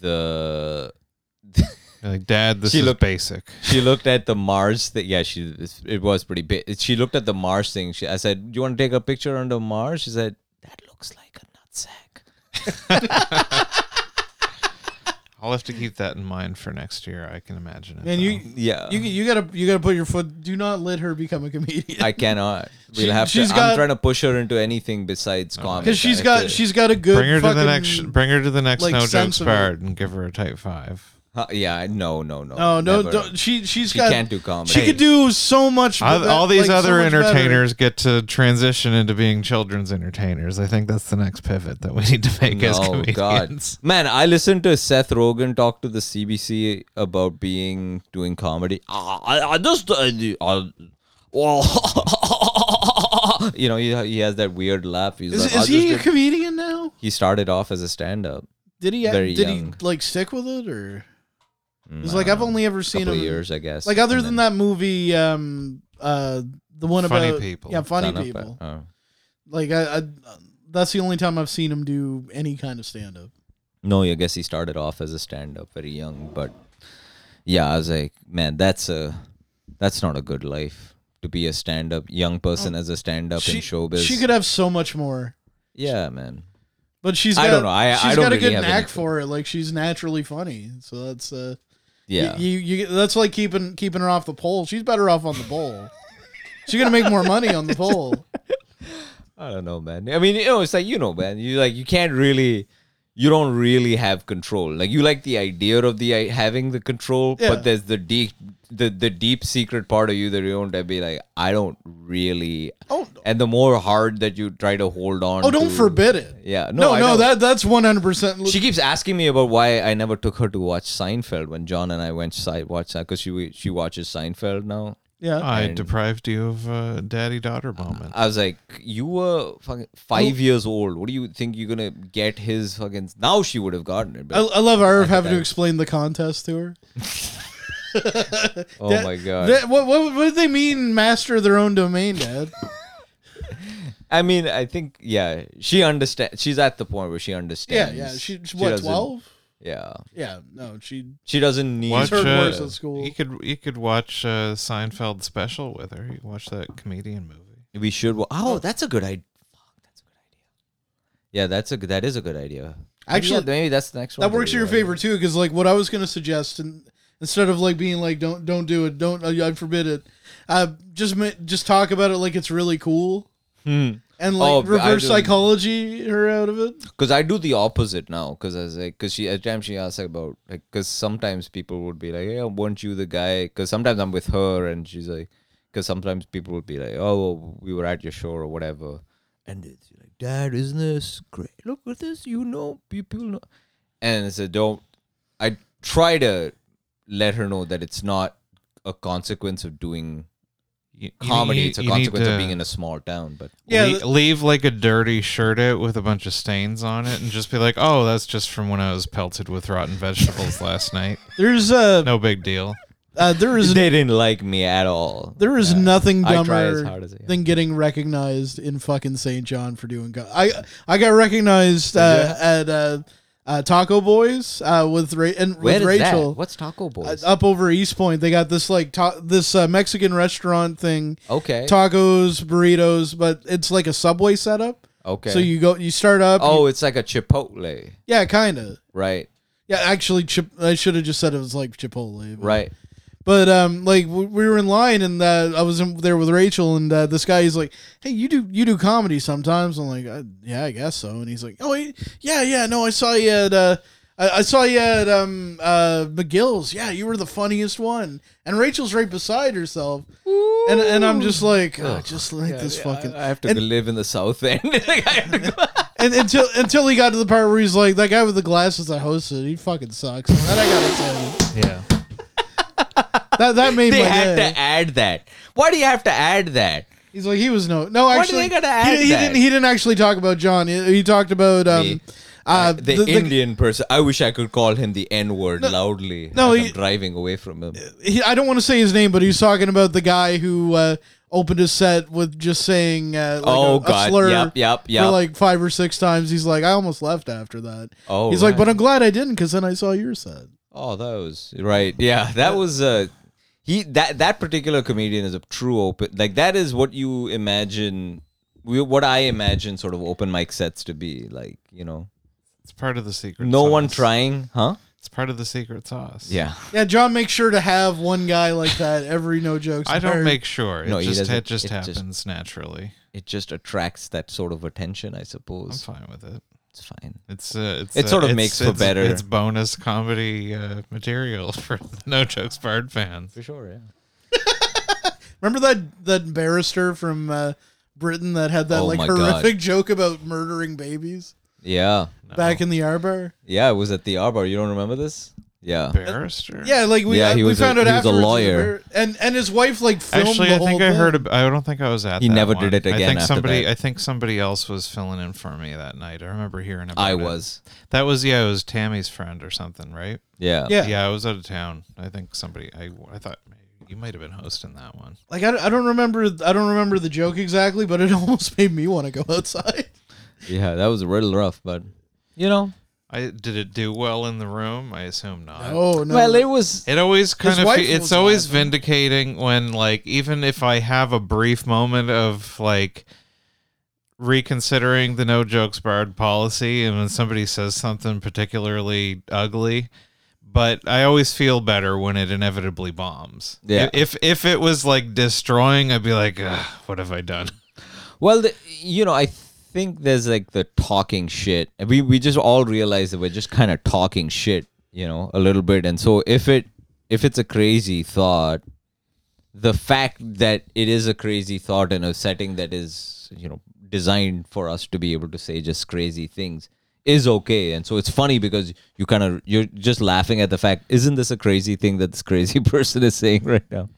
B: the
A: You're like dad. This
B: She
A: is
B: looked-
A: basic.
B: she looked at the Mars thing. Yeah, she it was pretty big. She looked at the Mars thing. She, I said, "Do you want to take a picture under Mars?" She said, "That looks like a nutsack."
A: I'll have to keep that in mind for next year. I can imagine it.
C: Man, you
B: Um, Yeah,
C: you you gotta you gotta put your foot. Do not let her become a comedian.
B: I cannot. We'll
C: She-
B: have
C: she's
B: to.
C: got-
B: I'm trying to push her into anything besides comedy.
C: because she's got she's got a good.
A: though. bring her to the
C: fucking-
A: next. Bring her to the next
C: like,
A: no
C: sense
A: jokes
C: of it.
A: part and give her a type five.
B: Uh, yeah, I- no, no, no.
C: No, Oh, no,
B: never.
C: don't, she she's
B: She
C: got
B: can't do comedy.
C: She could do so much.
A: all,
C: be-
A: all these
C: like, so
A: other
C: much better.
A: entertainers get to transition into being children's entertainers. I think that's the next pivot that we need to make as
B: No,
A: comedians.
B: man! I listened to Seth Rogen talk to the CBC about being doing comedy. Ah, I, I just, uh, do- uh, well, you know, he, he has that weird laugh. He's
C: Is,
B: like,
C: is
B: "I just
C: he a
B: did-"
C: comedian now?
B: he started off as a stand-up.
C: Did he?
B: Very
C: did
B: young. Mm,
C: he like stick with it or? It's
B: I
C: like
B: don't
C: I've
B: know.
C: only ever seen
B: Couple
C: him
B: of years, I guess.
C: Like other
B: and
C: than
B: then
C: that movie, um, uh, the one
A: Funny
C: about
A: People.
C: Yeah, funny
B: stand-up,
C: people.
B: uh, oh.
C: Like I, I, that's the only time I've seen him do any kind of stand up.
B: No, I guess he started off as a stand-up very young, but yeah, I was like, man, that's a that's not a good life to be a stand-up young person as a stand-up in showbiz.
C: Oh, She could have so much more.
B: yeah, man.
C: But she's got,
B: I don't know. I,
C: she's
B: I don't
C: got a
B: really
C: good
B: have
C: knack
B: any-
C: for it. Like she's naturally funny. So that's uh
B: Yeah.
C: You, you you that's like keeping keeping her off the pole. She's better off on the bowl. she's gonna make more money on the pole.
B: I don't know, man. I mean, you know, it's like you know, man. You like you can't really, you don't really have control. Like you like the idea of the i- having the control,
C: Yeah.
B: but there's the deep, the the deep secret part of you that you don't have be like, I don't really.
C: Oh.
B: And the more hard that you try to hold on.
C: Oh, don't
B: to-
C: forbid it.
B: Yeah. No.
C: No,
B: I
C: no,
B: know.
C: that that's one hundred percent
B: She keeps asking me about why I never took her to watch Seinfeld when John and I went si- watch that because she she watches Seinfeld now.
C: Yeah.
A: I
B: And-
A: deprived you of a daddy daughter moment.
B: I was like, you were fucking five years old. What do you think you're gonna get his fucking? Now she would have gotten it.
C: I, I love Irv having to
B: that.
C: explain the contest to her.
B: Oh
C: That-
B: my God.
C: that- what, what what did they mean? Master their own domain, Dad.
B: I mean, I think yeah, she understands. She's at the point where she understands.
C: yeah, she- she's what,
B: doesn't-
C: 12?
B: Yeah,
C: Yeah, no, she.
B: she doesn't need.
A: Watch,
C: heard worse
A: uh,
C: at school.
A: You could you could watch uh, Seinfeld special with her. You could watch that comedian movie.
B: We should. wa- Oh, that's a good idea. Yeah, that's a good- that is a good idea. Maybe,
C: Actually,
B: yeah, maybe that's the next one.
C: That works in
B: do,
C: your
B: right?
C: favor too, because like what I was gonna suggest, and instead of like being like don't don't do it, don't I forbid it, uh, just ma- just talk about it like it's really cool,
B: Hmm.
C: and like
B: Oh, but I
C: reverse
B: don't-
C: psychology her out of it.
B: Because I do the opposite now. Because I was like, because she at times she asks about like, because sometimes people would be like, yeah, weren't you the guy? Because sometimes I'm with her and she's like, because sometimes people would be like, oh, well, we were at your show or whatever, and it's like, Dad, isn't this great? Look at this, you know, people know. And I said, don't. I try to let her know that it's not a consequence of doing
A: you
B: comedy;
A: need-
B: it's a
A: you need
B: consequence
A: to-
B: of being in a small town. But
A: Le- leave, like a dirty shirt out with a bunch of stains on it, and just be like, "Oh, that's just from when I was pelted with rotten vegetables last night."
C: There's uh,
A: no big deal.
C: Uh, there is
B: they didn't like me at all.
C: There is nothing
B: I try as
C: dumber
B: hard as I
C: than getting recognized in fucking St. John for doing. Co- I I got recognized uh, at uh, uh, Taco Boys uh, with Ra- and
B: Where
C: with
B: is that?
C: Rachel.
B: What's Taco Boys?
C: Uh, up over East Point, they got this like ta- this uh, Mexican restaurant thing.
B: Okay.
C: tacos, burritos, but it's like a subway setup.
B: Okay.
C: so you go, you start up.
B: Oh,
C: you-
B: it's like a Chipotle,
C: yeah, kind of.
B: right?
C: Yeah, actually, Chip- I should have just said it was like Chipotle. but-
B: Right.
C: But um, like w- we were in line, and uh, I was in there with Rachel, and uh, this guy is like, "Hey, you do you do comedy sometimes?" I'm like, "Uh, "Yeah, I guess so." And he's like, "Oh, y- yeah, yeah, no, I saw you at uh, I, I saw you at um uh McGill's. Yeah, you were the funniest one." And Rachel's right beside herself, and and I'm just like, oh, just like this fucking.
B: I have to
C: and,
B: live in the South End. Like, I have to go-
C: and until until he got to the part where he's like, "That guy with the glasses I hosted, he fucking sucks." That I got excited.
A: Yeah.
C: That that made
B: they
C: my
B: had
C: day.
B: to add that. Why do you have to add that?
C: He's like he was no no
B: Why do
C: actually
B: they gotta
C: he-
B: add
C: he,
B: that?
C: didn't he didn't actually talk about John he, he talked about um
B: Me.
C: uh,
B: The,
C: the- the-
B: Indian person. I wish I could call him the N word loudly.
C: no,
B: as
C: he-
B: I'm driving away from him.
C: he, I don't want to say his name but he's talking about the guy who uh, opened his set with just saying uh, like
B: Oh,
C: a, a
B: God.
C: slur
B: Yep, yep,
C: for
B: yep.
C: like five or six times he's like I almost left after that
B: Oh,
C: he's like
B: right.
C: but I'm glad I didn't because then I saw your set
B: Oh, those right. Yeah, that was Uh, he that that particular comedian is a true open like that is what you imagine we- what I imagine sort of open mic sets to be like you know
A: It's part of the secret.
B: no one
A: sauce.
B: trying huh
A: It's part of the secret sauce.
B: yeah
C: yeah John makes sure to have one guy like that every no jokes
A: I
C: part.
A: don't make sure. It
B: No, he
A: just
B: doesn't.
A: it just
B: It just-
A: happens naturally.
B: it just attracts that sort of attention I
A: I'm
B: suppose
A: fine with it.
B: it's fine
A: It's uh, it's
B: It
A: uh,
B: sort of
A: it's-
B: makes for
A: it's-
B: better.
A: It's bonus comedy uh, material for the No Jokes Bard fans.
B: for sure yeah
C: remember that that barrister from uh, Britain that had that
B: Oh,
C: like
B: my God.
C: horrific joke about murdering babies
B: yeah
C: back in the Arbor
B: yeah it was at the Arbor you don't remember this yeah
A: Barrister.
C: Yeah, like we uh,
B: Yeah, he
C: we
B: was a-
C: found out
B: he was a
C: afterwards,
B: lawyer.
C: and and his wife like filmed
A: Actually,
C: the
A: I think
C: whole
A: I heard.
C: thing.
A: Ab- I don't think I was at.
B: He
A: that
B: never did
A: one.
B: it
A: I
B: again
A: think
B: after
A: somebody.
B: that.
A: I think somebody else was filling in for me that night. I remember hearing about.
B: I
A: it.
B: was.
A: That was yeah. It was Tammy's friend or something, right?
B: yeah
C: Yeah.
A: Yeah, I was out of town. I think somebody. I I thought maybe you might have been hosting that one.
C: Like I, don't- I don't remember I don't remember the joke exactly, but it almost made me want to go outside.
B: yeah that was real rough but you know
A: I did it do well in the room? I assume not.
C: No, Oh, no. Well, it was-
A: It always kind
C: his
A: of.
C: wife
A: fe- It's
C: was
A: always
C: laughing.
A: vindicating when, like, even if I have a brief moment of like reconsidering the no jokes barred policy, and when somebody says something particularly ugly, but I always feel better when it inevitably bombs.
B: Yeah.
A: If if it was like destroying, I'd be like, "Ugh, what have I done?
B: Well, the, you know, I think there's like the talking shit. And We we just all realize that we're just kind of talking shit, you know, a little bit. And so if it if it's a crazy thought, the fact that it is a crazy thought in a setting that is, you know, designed for us to be able to say just crazy things is okay. And so it's funny because you kind of you're just laughing at the fact, isn't this a crazy thing that this crazy person is saying right now?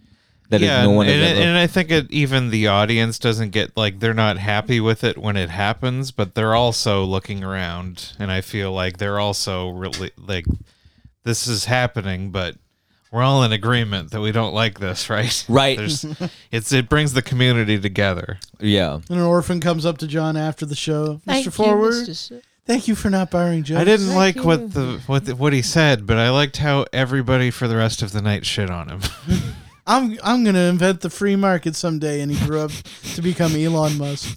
B: That is no one
A: and,
B: has
A: and,
B: ever-
A: and I think it, even the audience doesn't get like they're not happy with it when it happens, but they're also looking around, and I feel like they're also really like this is happening, but we're all in agreement that we don't like this, right?
B: Right.
A: There's, it's it brings the community together.
B: Yeah.
C: And an orphan comes up to John after the show.
K: Thank
C: Mr.
K: you,
C: Forward,
K: Mr. Sh-
C: thank you for not borrowing jokes.
A: I didn't like what the what the, what he said, but I liked how everybody for the rest of the night shit on him.
C: I'm I'm gonna invent the free market someday, and he grew up to become Elon Musk.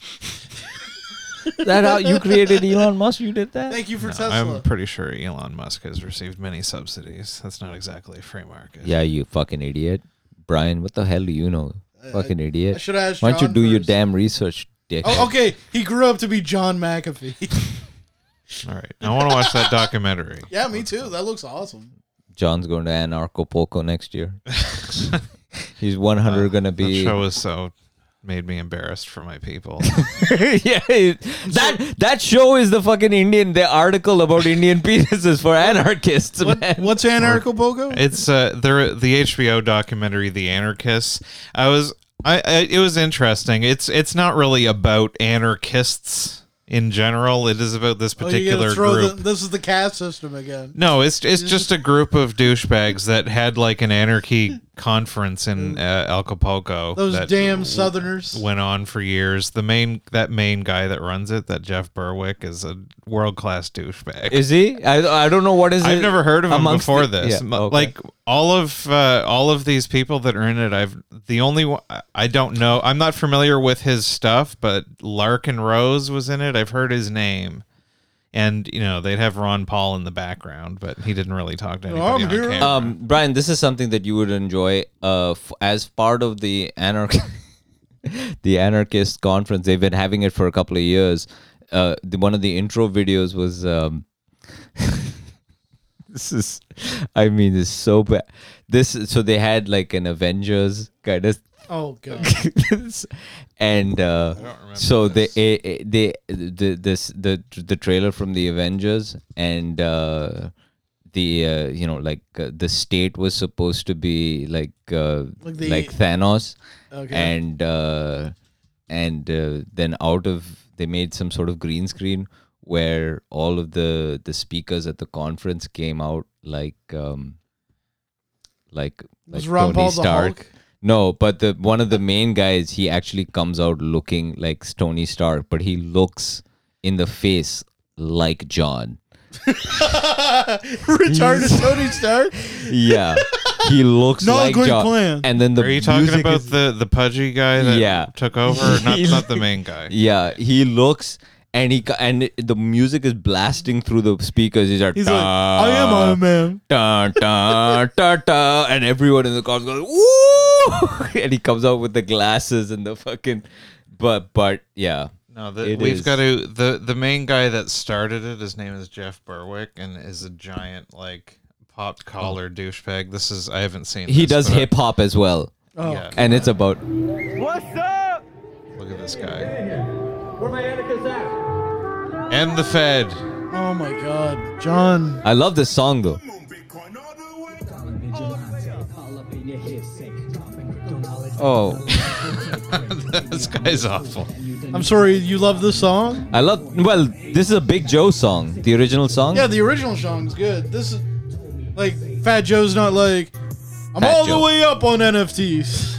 B: that how you created Elon Musk? You did that?
C: Thank you for
A: No,
C: Tesla.
A: I'm pretty sure Elon Musk has received many subsidies. That's not exactly a free market.
B: Yeah, you fucking idiot. Brian, what the hell do you know? Fucking idiot.
C: Uh, I shoulda asked
B: Why don't you
C: John
B: do your damn research, dick?
C: Oh, okay. He grew up to be John McAfee.
A: All right. I want to watch that documentary.
C: yeah, me too. That looks awesome.
B: John's going to Anarchapulco next year. He's 100 going to
A: That
B: be.
A: show was so made me embarrassed for my people.
B: yeah, it- that that show is the fucking Indian. The article about Indian penises for anarchists, man.
C: What's anarcho bogo?
A: it's uh there the HBO documentary The Anarchists. I was I, I it was interesting. It's it's not really about anarchists in general. It is about this
C: Oh, you gotta
A: particular
C: throw
A: group.
C: The, this is the caste system again.
A: No, it's it's just a group of douchebags that had like an anarchy conference in uh, Acapulco.
C: Mm. Those
A: that
C: damn
A: w-
C: Southerners.
A: went on for years. The main that main guy that runs it, that Jeff Berwick, is a world class douchebag.
B: Is he? I, I don't know what is
A: I've
B: it
A: never heard of him
B: amongst
A: before
B: the-
A: this.
B: yeah,
A: M-
B: okay.
A: Like all of uh, all of these people that are in it, I've the only one I don't know. I'm not familiar with his stuff, but Larkin Rose was in it. I've heard his name. And you know they'd have Ron Paul in the background, but he didn't really talk to
C: Oh, I'm
A: anybody on
C: here.
A: camera.
B: Um, Brian, this is something that you would enjoy. Uh, f- as part of the anarch, the anarchist conference, they've been having it for a couple of years. Uh, the, one of the intro videos was um, this is, I mean, this is so bad. This so they had like an Avengers kind of
C: Oh god.
B: and uh, so the eh, eh, the the this the the trailer from the Avengers and uh, the uh, you know like uh, the state was supposed to be like uh,
C: Like
B: like,
C: the-
B: Thanos,
C: Okay.
A: eh.
B: and uh, and uh, then out of they made some sort of green screen where all of the the speakers at the conference came out like um like
C: Was
B: like
C: Ron
B: Tony
C: Paul the
B: Stark.
C: Hulk?
B: No, but the one of the main guys, he actually comes out looking like Tony Stark, but he looks in the face like John.
C: Retarded Tony Stark.
B: Yeah, he looks
C: Not a
B: like
C: good
B: John.
C: plan.
B: And then the
A: Are you talking
B: music
A: about
B: is-
A: the the pudgy guy that
B: yeah
A: took over? Not
B: He
A: not the
B: look-
A: main guy.
B: Yeah, he looks. And he ca- and it- the music is blasting through the speakers. He's like,
C: He's like, "I am
A: Uh.
B: "Da,
C: Iron Man."
B: Da, da, da, da, and everyone in the crowd goes, "Woo!" and he comes out with the glasses and the fucking, but but yeah.
A: No, the,
B: It
A: we've
B: is-
A: got to the the main guy that started it. His name is Jeff Berwick, and is a giant like popped collar douchebag. This is I haven't seen.
B: He
A: this,
B: does
A: but I-
B: hip hop as well.
A: Oh, Yeah.
B: and it's about
M: What's up?
A: Look at this guy
M: Where my Atticus at?
A: and the Fed.
C: Oh my god, John.
B: I love this song though. Oh,
A: this guy's awful.
C: I'm sorry, you love this song?
B: I love. Well, this is a Big Joe song, the original song.
C: Yeah, the original song's good. This is like Fat Joe's not like I'm
B: Fat
C: all
B: Joe.
C: the way up on NFTs.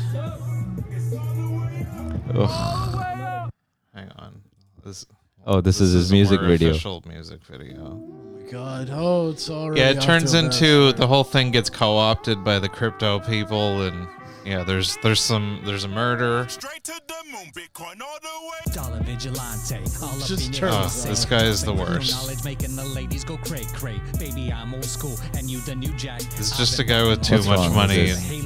B: Ugh.
A: Hang on. This
B: Oh, this is his
A: a
B: music
A: more
B: video.
A: Official music video.
C: god. Oh, it's already.
A: Yeah, it
C: off
A: turns
C: to a bad
A: into the whole thing gets co-opted by the crypto people, and yeah, there's there's some there's a murder.
K: Dollar vigilante. All up
A: Just
K: in your
A: turn
K: face,
A: it
K: say
A: off. Oh, This
K: it.
A: guy is the
K: Fake new
A: worst.
K: Knowledge making the ladies go cray cray. Baby, I'm old school, and you the new jack.
A: It's just a guy with too
B: What's wrong
A: much
B: with
A: money,
B: this?
A: and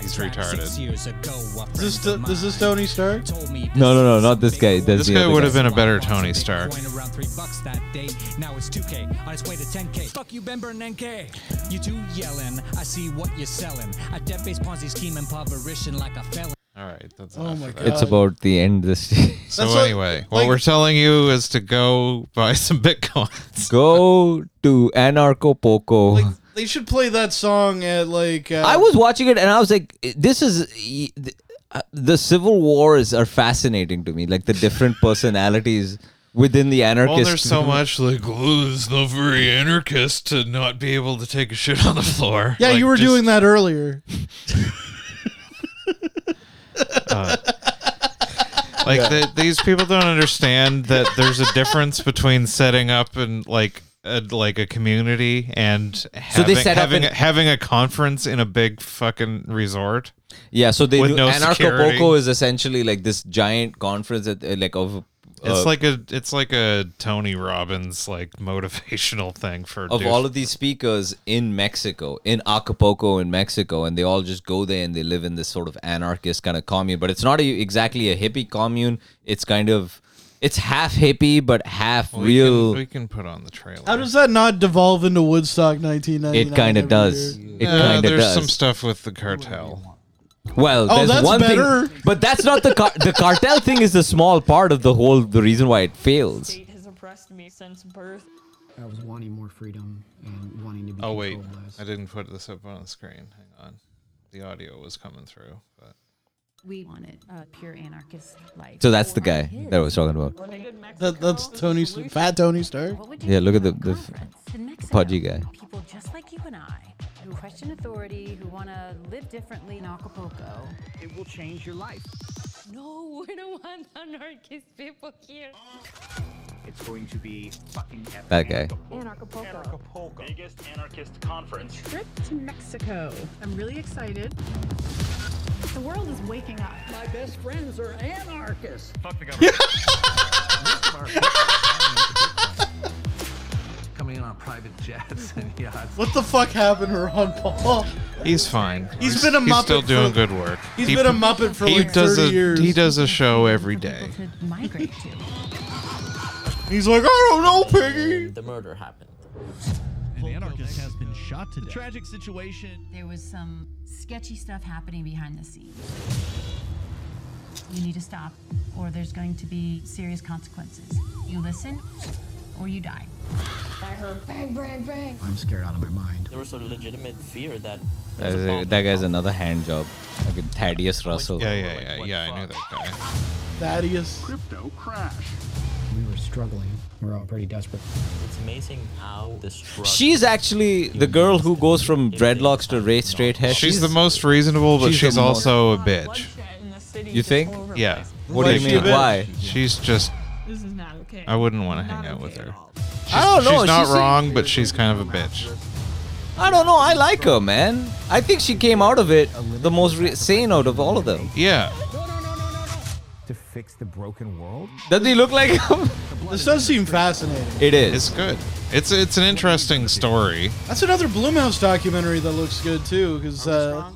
A: he's retarded.
C: Is this, to- is this Tony Stark?
B: No, no, no, not this guy.
A: This
B: That's the
A: guy
B: other
A: would have been a better Tony Stark.
K: Coin around three bucks that day. Now it's 2K on its way to 10K. Fuck you, Ben Bernanke. You two yelling. I see what you're selling. A debt based Ponzi scheme impoverishing like a felon.
A: All right, that's
C: Oh my god.
A: uh,
B: It's about the end. This
A: So anyway, what, we're telling you is to go buy some bitcoins.
B: go to Anarcho Poco.
C: They should play that song at like. Uh,
B: I was watching it and I was like, this is. th- uh, The civil wars are fascinating to me, like the different personalities within the anarchist.
A: Well, there's so much like, oh, it's not very anarchist to not be able to take a shit on the floor.
C: Yeah,
A: Like,
C: you were
A: just-
C: doing that earlier.
A: uh, like the, these people don't understand that there's a difference between setting up and like a, like a community and
B: So they
A: having
B: set up
A: having,
B: an-
A: having a conference in a big fucking resort.
B: Yeah, so they
A: with
B: do
A: no security.
B: Anarcho is essentially like this giant conference at uh, like of.
A: It's
B: uh,
A: like a it's like a Tony Robbins like motivational thing for
B: of
A: doof-
B: all of these speakers in Mexico, in Acapulco, in Mexico, and they all just go there and they live in this sort of anarchist kind of commune. But it's not a, exactly a hippie commune. It's kind of, it's half hippie but half
A: We can-
B: real.
A: we can put on the trailer.
C: How does that not devolve into Woodstock 1999?
B: It kind of
C: every
B: does.
C: year?
B: It
A: Uh,
B: kind of
A: there's
B: does.
A: some stuff with the cartel.
B: well,
C: Oh,
B: there's
C: that's
B: one
C: better.
B: thing, but that's not the car- the cartel thing is the small part of the whole the reason why it fails.
N: State has oppressed me since birth.
O: I was wanting more freedom and wanting to be.
A: Oh wait,
O: controlled less.
A: I didn't put this up on the screen. Hang on, the audio was coming through. But
P: We wanted a pure anarchist life.
B: So that's the guy that I was talking about.
C: That, that's Tony, St- fat Tony Stark.
B: Yeah, look at the the, the pudgy guy.
P: People just like you and I, who question authority, who want to live differently in Acapulco. It will change your life.
Q: No, we don't want anarchist people here.
R: It's going to be fucking epic.
B: That guy.
R: Anarchapulco. Biggest anarchist conference.
S: Trip to Mexico. I'm really excited. The world is waking up. My best friends are anarchists.
R: Fuck the government.
T: Coming in on private jets and yachts.
C: What the fuck happened to Ron Paul?
A: he's fine.
C: He's been a Muppet
A: He's still doing
C: for-
A: good work.
C: he's been a Muppet for, like, 30
A: a,
C: years.
A: He does a show every day.
P: Migrate to.
C: He's like, I don't know, Piggy.
U: The murder happened.
V: An anarchist has been shot to death.
P: Tragic situation. There was some sketchy stuff happening behind the scenes. You need to stop, or there's going to be serious consequences. You listen, or you die.
U: I heard bang, bang, bang.
O: I'm scared out of my mind.
U: There was a legitimate fear that
B: That, is a- that guy's another hand job, like Thaddeus Russell.
A: Yeah, yeah, yeah, yeah. I knew that guy.
C: Thaddeus.
O: Crypto crash. We were struggling. We were all pretty desperate.
U: it's amazing how this drug
B: She's actually the girl who goes from dreadlocks to race straight hair.
A: She's, the most reasonable, but she's,
B: she's the most-
A: also a bitch.
B: You think?
A: Yeah.
B: What do you mean? Why?
A: She's just.
W: This is not okay.
A: I wouldn't want to hang out with her. She's,
B: I don't know,
A: She's not
B: she's a-
A: wrong, but she's kind of a bitch.
B: I don't know. I like her, man. I think she came out of it the most re- sane out of all of them.
A: Yeah.
X: to fix the broken world?
B: Does he look like him?
C: This does seem fascinating.
B: It is.
A: It's good. It's it's an interesting story,
C: That's another Bloomhouse documentary that looks good too, because uh,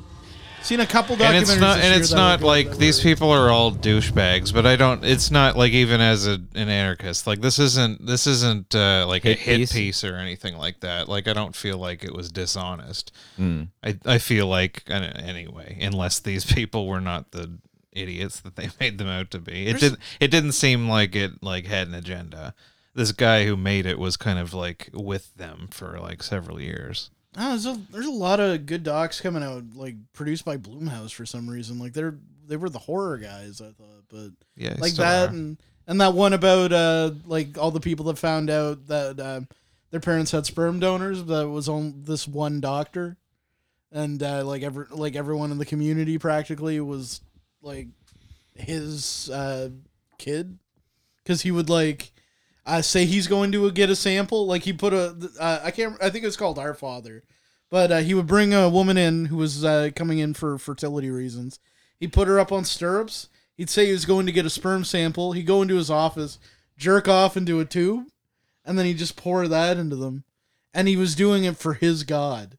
C: seen a couple documentaries.
A: and it's not
C: this
A: and
C: year
A: it's
C: that are
A: not
C: good.
A: like these people are all douchebags. But I don't. It's not like even as a, an anarchist, like this isn't this isn't uh, like
B: Hit
A: a hit
B: piece?
A: piece. or anything like that. Like I don't feel like it was dishonest.
B: Mm.
A: I I feel like I don't- anyway, unless these people were not the idiots that they made them out to be. It
B: There's-
A: did it didn't seem like it like had an agenda. This guy who made it was kind of like with them for like several years.
C: Oh, there's, a, there's a lot of good docs coming out, like produced by Bloomhouse for some reason. Like they're they were the horror guys, I thought, but
A: Yeah, they
C: like
A: still
C: that
A: are.
C: and and that one about uh like all the people that found out that uh, their parents had sperm donors that was on this one doctor, and uh, like every like everyone in the community practically was like his uh kid because he would like I say he's going to get a sample. Like he put a, uh, I can't, I think it's called Our Father, but uh, he would bring a woman in who was uh, coming in for fertility reasons. He put her up on stirrups. He'd say he was going to get a sperm sample. He'd go into his office, jerk off into a tube, and then he'd just pour that into them. And he was doing it for his God.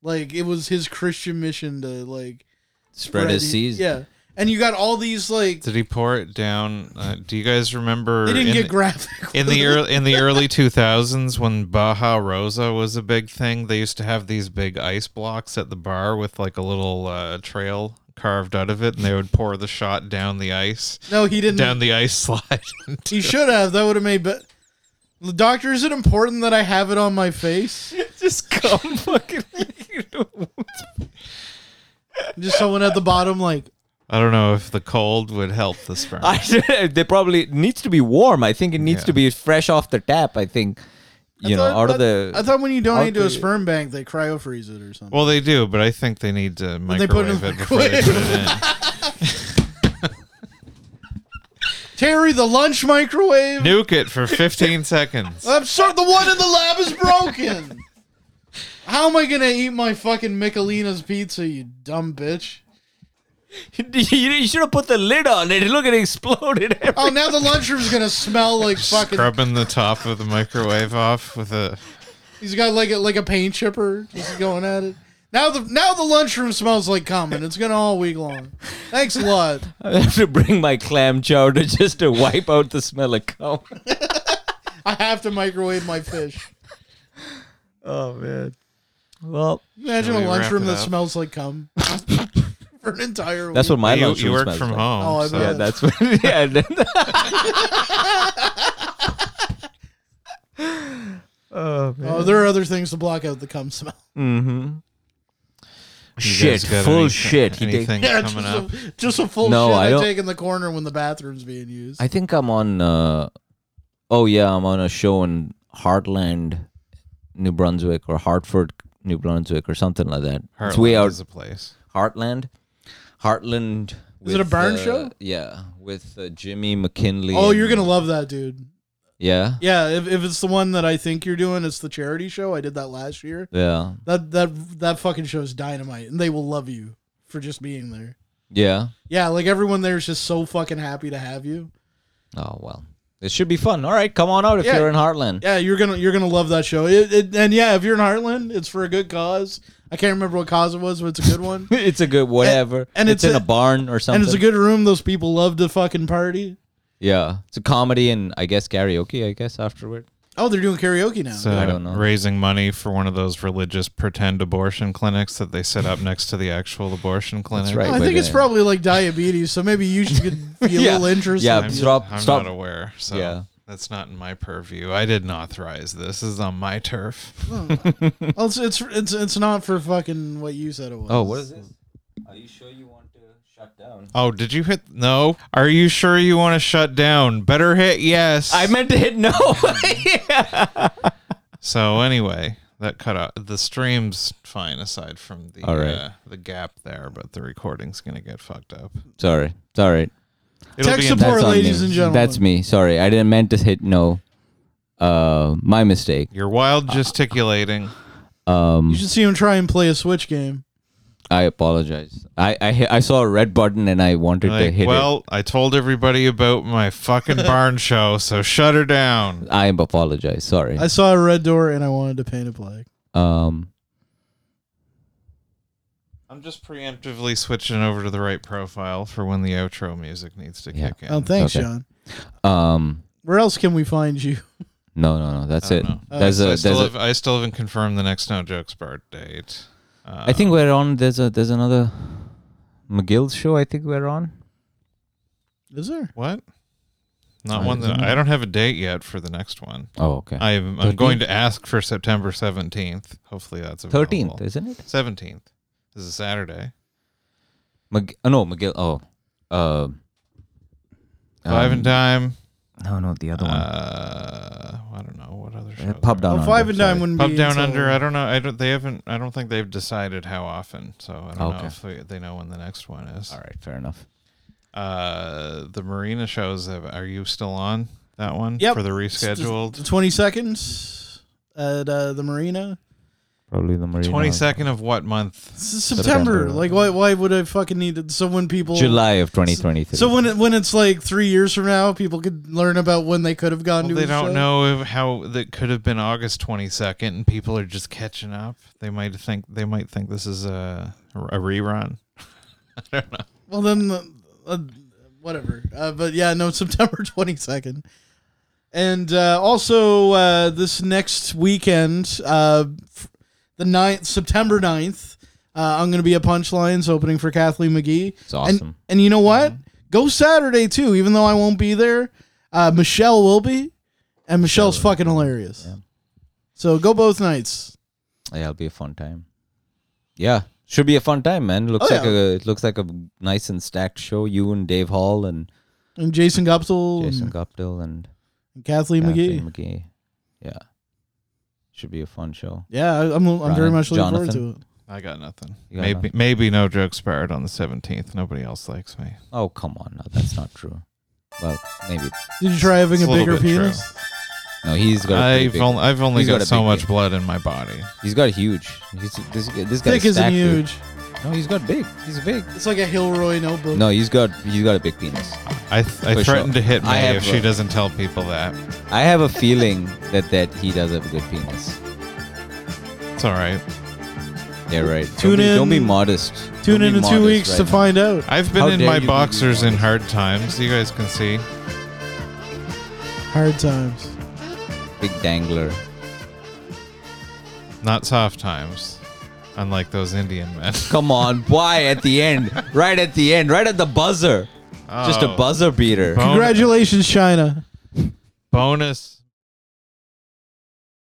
C: Like it was his Christian mission to like
B: Spread his
C: the-
B: seeds.
C: Yeah. And you got all these like
A: Did he pour it down? Uh, do you guys remember?
C: They didn't
A: in
C: get
A: the-
C: graphic
A: in
C: with
A: the
C: it.
A: early in the early two thousands when Baja Rosa was a big thing. They used to have these big ice blocks at the bar with like a little uh, trail carved out of it, and they would pour the shot down the ice.
C: No, he didn't.
A: down the ice slide.
C: He should have. That would have made. But doctor, is it important that I have it on my face?
B: Just come fucking.
C: Just someone at the bottom, like
A: I don't know if the cold would help the sperm.
B: I, they probably it needs to be warm. I think it needs
A: Yeah.
B: to be fresh off the tap. I think, you know, out of the.
C: I thought when you donate
B: out
C: to a
B: the-
C: sperm bank, they cryofreeze it or something.
A: Well, they do, but I think they need to
C: they put it
A: microwave
C: in the
A: it before they put it in.
C: Terry, the lunch microwave.
A: Nuke it for 15 seconds.
C: I'm sorry, the one in the lab is broken. How am I gonna eat my fucking Michelina's pizza, you dumb bitch?
B: you should have put the lid on it. Look, it exploded.
C: Oh, now the lunchroom's gonna smell like fucking.
A: Scrubbing the top of the microwave off with a.
C: He's got like a like a paint chipper just going at it. Now the now the lunchroom smells like common. It's gonna all week long. Thanks a lot.
B: I have to bring my clam chowder just to wipe out the smell of cum.
C: I have to microwave my fish.
B: Oh man. Well,
C: Imagine
B: Shall
C: a
B: we wrap
C: lunchroom
B: it
C: that
B: up?
C: smells like cum for an entire.
B: That's
C: week.
B: what my
A: You- you
B: lunchroom
A: work
B: smells
A: from
B: like.
A: home,
C: Oh, I so-
B: yeah,
C: bet.
B: that's what. Yeah. then- oh
C: Oh, there are other things to block out the cum smell.
B: Mm-hmm.
A: You
B: Shit,
A: guys got
B: full
A: any-
B: shit. He
A: Anything
C: Yeah, just
A: coming up?
C: a, just a full
B: No,
C: shit
B: I
C: I,
B: don't-
C: take in the corner when the bathroom's being used.
B: I think I'm on. Uh, oh yeah, I'm on a show in Heartland, New Brunswick, or Hartford, New Brunswick, or something like that. it's way
A: Heartland
B: out.
A: is a place.
B: Heartland, Heartland.
C: Is it a
B: with,
C: barn
B: uh,
C: show?
B: Yeah, with uh, Jimmy McKinley.
C: oh, you're
B: and-
C: gonna love that, dude.
B: Yeah.
C: Yeah, if, if it's the one that I think you're doing, it's the charity show. I did that last year.
B: Yeah.
C: That that that fucking show is dynamite, and they will love you for just being there.
B: Yeah.
C: Yeah, like everyone there is just so fucking happy to have you.
B: Oh well, it should be fun. All right, come on out if
C: Yeah.
B: you're in Heartland.
C: Yeah, you're gonna you're gonna love that show. It, it, and yeah, if you're in Heartland, it's for a good cause. I can't remember what cause it was, but it's a good one.
B: it's a good whatever.
C: and
B: it's,
C: it's
B: in
C: a-
B: a, barn or something.
C: and it's a good room. Those people love to fucking party.
B: Yeah, it's a comedy and I guess karaoke. I guess afterward.
C: Oh, they're doing karaoke now.
A: So
B: I don't know.
A: raising money for one of those religious pretend abortion clinics that they set up next to the actual abortion clinic.
B: right,
C: I think it's probably like diabetes, so maybe you should get- be a little interested.
B: Yeah,
A: I'm,
B: stop-
A: I'm
B: stop.
A: not aware. So
B: Yeah.
A: that's not in my purview. I didn't authorize this. This is on my turf.
C: Well, it's, it's it's it's not for fucking what you said it was.
A: Oh, what is
B: this? Are you sure you want to shut down?
A: Oh, did you hit no? Are you sure you want to shut down? Better hit yes.
B: I meant to hit no.
A: So anyway, that cut out the stream's fine aside from the
B: All right.
A: uh, the gap there, but the recording's gonna get fucked up.
B: Sorry, it's all right.
A: It'll
C: Tech
A: be in-
C: support,
B: That's on
C: ladies
B: me.
C: and gentlemen.
B: That's me. Sorry, I didn't meant to hit no. Uh, my mistake.
A: You're wild gesticulating.
B: Um,
C: you should see him try and play a Switch game.
B: I apologize. I I, hit, I saw a red button and I wanted to
A: Like,
B: hit
A: well, I told everybody about my fucking barn show, so shut her down.
B: it. I apologize. Sorry.
C: I saw a red door and I wanted to paint it black.
B: Um,
A: I'm just preemptively switching over to the right profile for when the outro music needs to
B: yeah.
A: kick in.
C: Oh, thanks,
B: Okay.
C: John.
B: Um,
C: Where else can we find you?
B: no, no, no. That's
A: I
B: it.
A: don't know.
B: There's
A: I
B: a
A: still
B: there's a
A: have- I still haven't confirmed the next no jokes bar date. Uh,
B: I think we're on. There's a there's another McGill show. I think we're on.
C: Is there?
A: Uh, what? Not
B: I
A: one that
B: don't know.
A: I don't have a date yet for the next one.
B: Oh, okay.
A: I'm, I'm going to ask for September 17th. Hopefully that's available.
B: 13th, isn't it?
A: 17th. This is a Saturday.
B: Mag- oh, no, McGill. Oh, uh,
A: Five and Dime.
B: No, no, Um, the other
C: Ah,
A: Uh, I don't know what other
B: one. Uh,
A: show.
B: Pub down.
C: Oh,
B: Under,
C: five and
B: sorry.
C: dime wouldn't
A: Pub
C: be
A: Down
C: until-
A: Under. I don't know. I don't. They haven't. I don't think they've decided how often. So I don't
B: Okay.
A: know if they, they know when the next one is.
B: All right, fair enough.
A: Uh, the Marina shows. Have, are you still on? That one
C: Yep.
A: for the rescheduled
C: Twenty seconds at uh, the marina.
B: Probably the Marina.
A: twenty second of what month?
C: This is September. Like, why? Why would I fucking need it? So when people
B: July of 2023.
C: So when it, when it's like three years from now, people could learn about when they could have gone to.
A: Well, they
C: a
A: don't
C: show.
A: know if- how that could have been August twenty second, and people are just catching up. They might think they might think this is a a rerun. I don't know.
C: Well, then, uh, whatever. Uh, but yeah, no, September 22nd. And uh, also, uh, this next weekend, uh, f- the 9th, September 9th, uh, I'm going to be at Punchlines opening for Kathleen McGee. It's
B: awesome. Mm-hmm.
C: And, and you know what? Go Saturday, too, even though I won't be there. Uh, Michelle will be, and Michelle's fucking hilarious. So go both nights.
B: Yeah, it'll be a fun time. Yeah, should be a fun time, man. Looks
C: Oh,
B: like
C: yeah.
B: a it looks like a nice and stacked show. You and Dave Hall and
C: And Jason Guptill
B: Jason
C: and
B: Guptill and
C: Kathleen McGee.
B: Kathleen McGee. Yeah, should be a fun show.
C: Yeah, I- I'm, I'm very
B: Brian,
C: much looking forward
B: Jonathan?
C: to it.
A: I got nothing.
B: You got
A: maybe
B: nothing?
A: maybe no jokes barred on the seventeenth. Nobody else likes me.
B: Oh come on, no, that's not true. Well, maybe.
C: Did you try having
A: It's
C: a
A: a little
C: bigger
A: bit true.
C: penis?
B: No, he's got. a pretty
A: I've
B: big-
A: only, I've only
B: he's
A: got,
B: a
A: so
B: big
A: much
B: dick.
A: blood in my body.
B: He's got huge. He's this this guy's
C: Thick isn't
B: stacked, dude.
C: huge.
B: No, he's got big. He's big.
C: It's like a Hilroy notebook.
B: No, he's got he's got a big penis.
A: I th- I
B: For
A: threatened to
B: sure.
A: hit
B: I
A: May
B: have
A: if she
B: a-
A: doesn't tell people that.
B: I have a feeling that that he does have a good penis.
A: It's all right.
B: Yeah, right. Don't
C: Tune
B: be-
C: in-
B: Don't be modest. Don't
C: Tune
B: be
C: in in two
B: modest
C: weeks
B: right
C: to
B: now.
C: find out.
A: I've been
B: How
A: in
B: dare
A: my
B: you be
A: boxers in hard times. You guys can see.
C: Hard times.
B: Big dangler.
A: Not soft times. Unlike those Indian men.
B: Come on, why at the end? Right at the end, right at the buzzer. Just a
A: Oh.
B: buzzer beater.
A: Bone-
C: Congratulations, China.
A: Bonus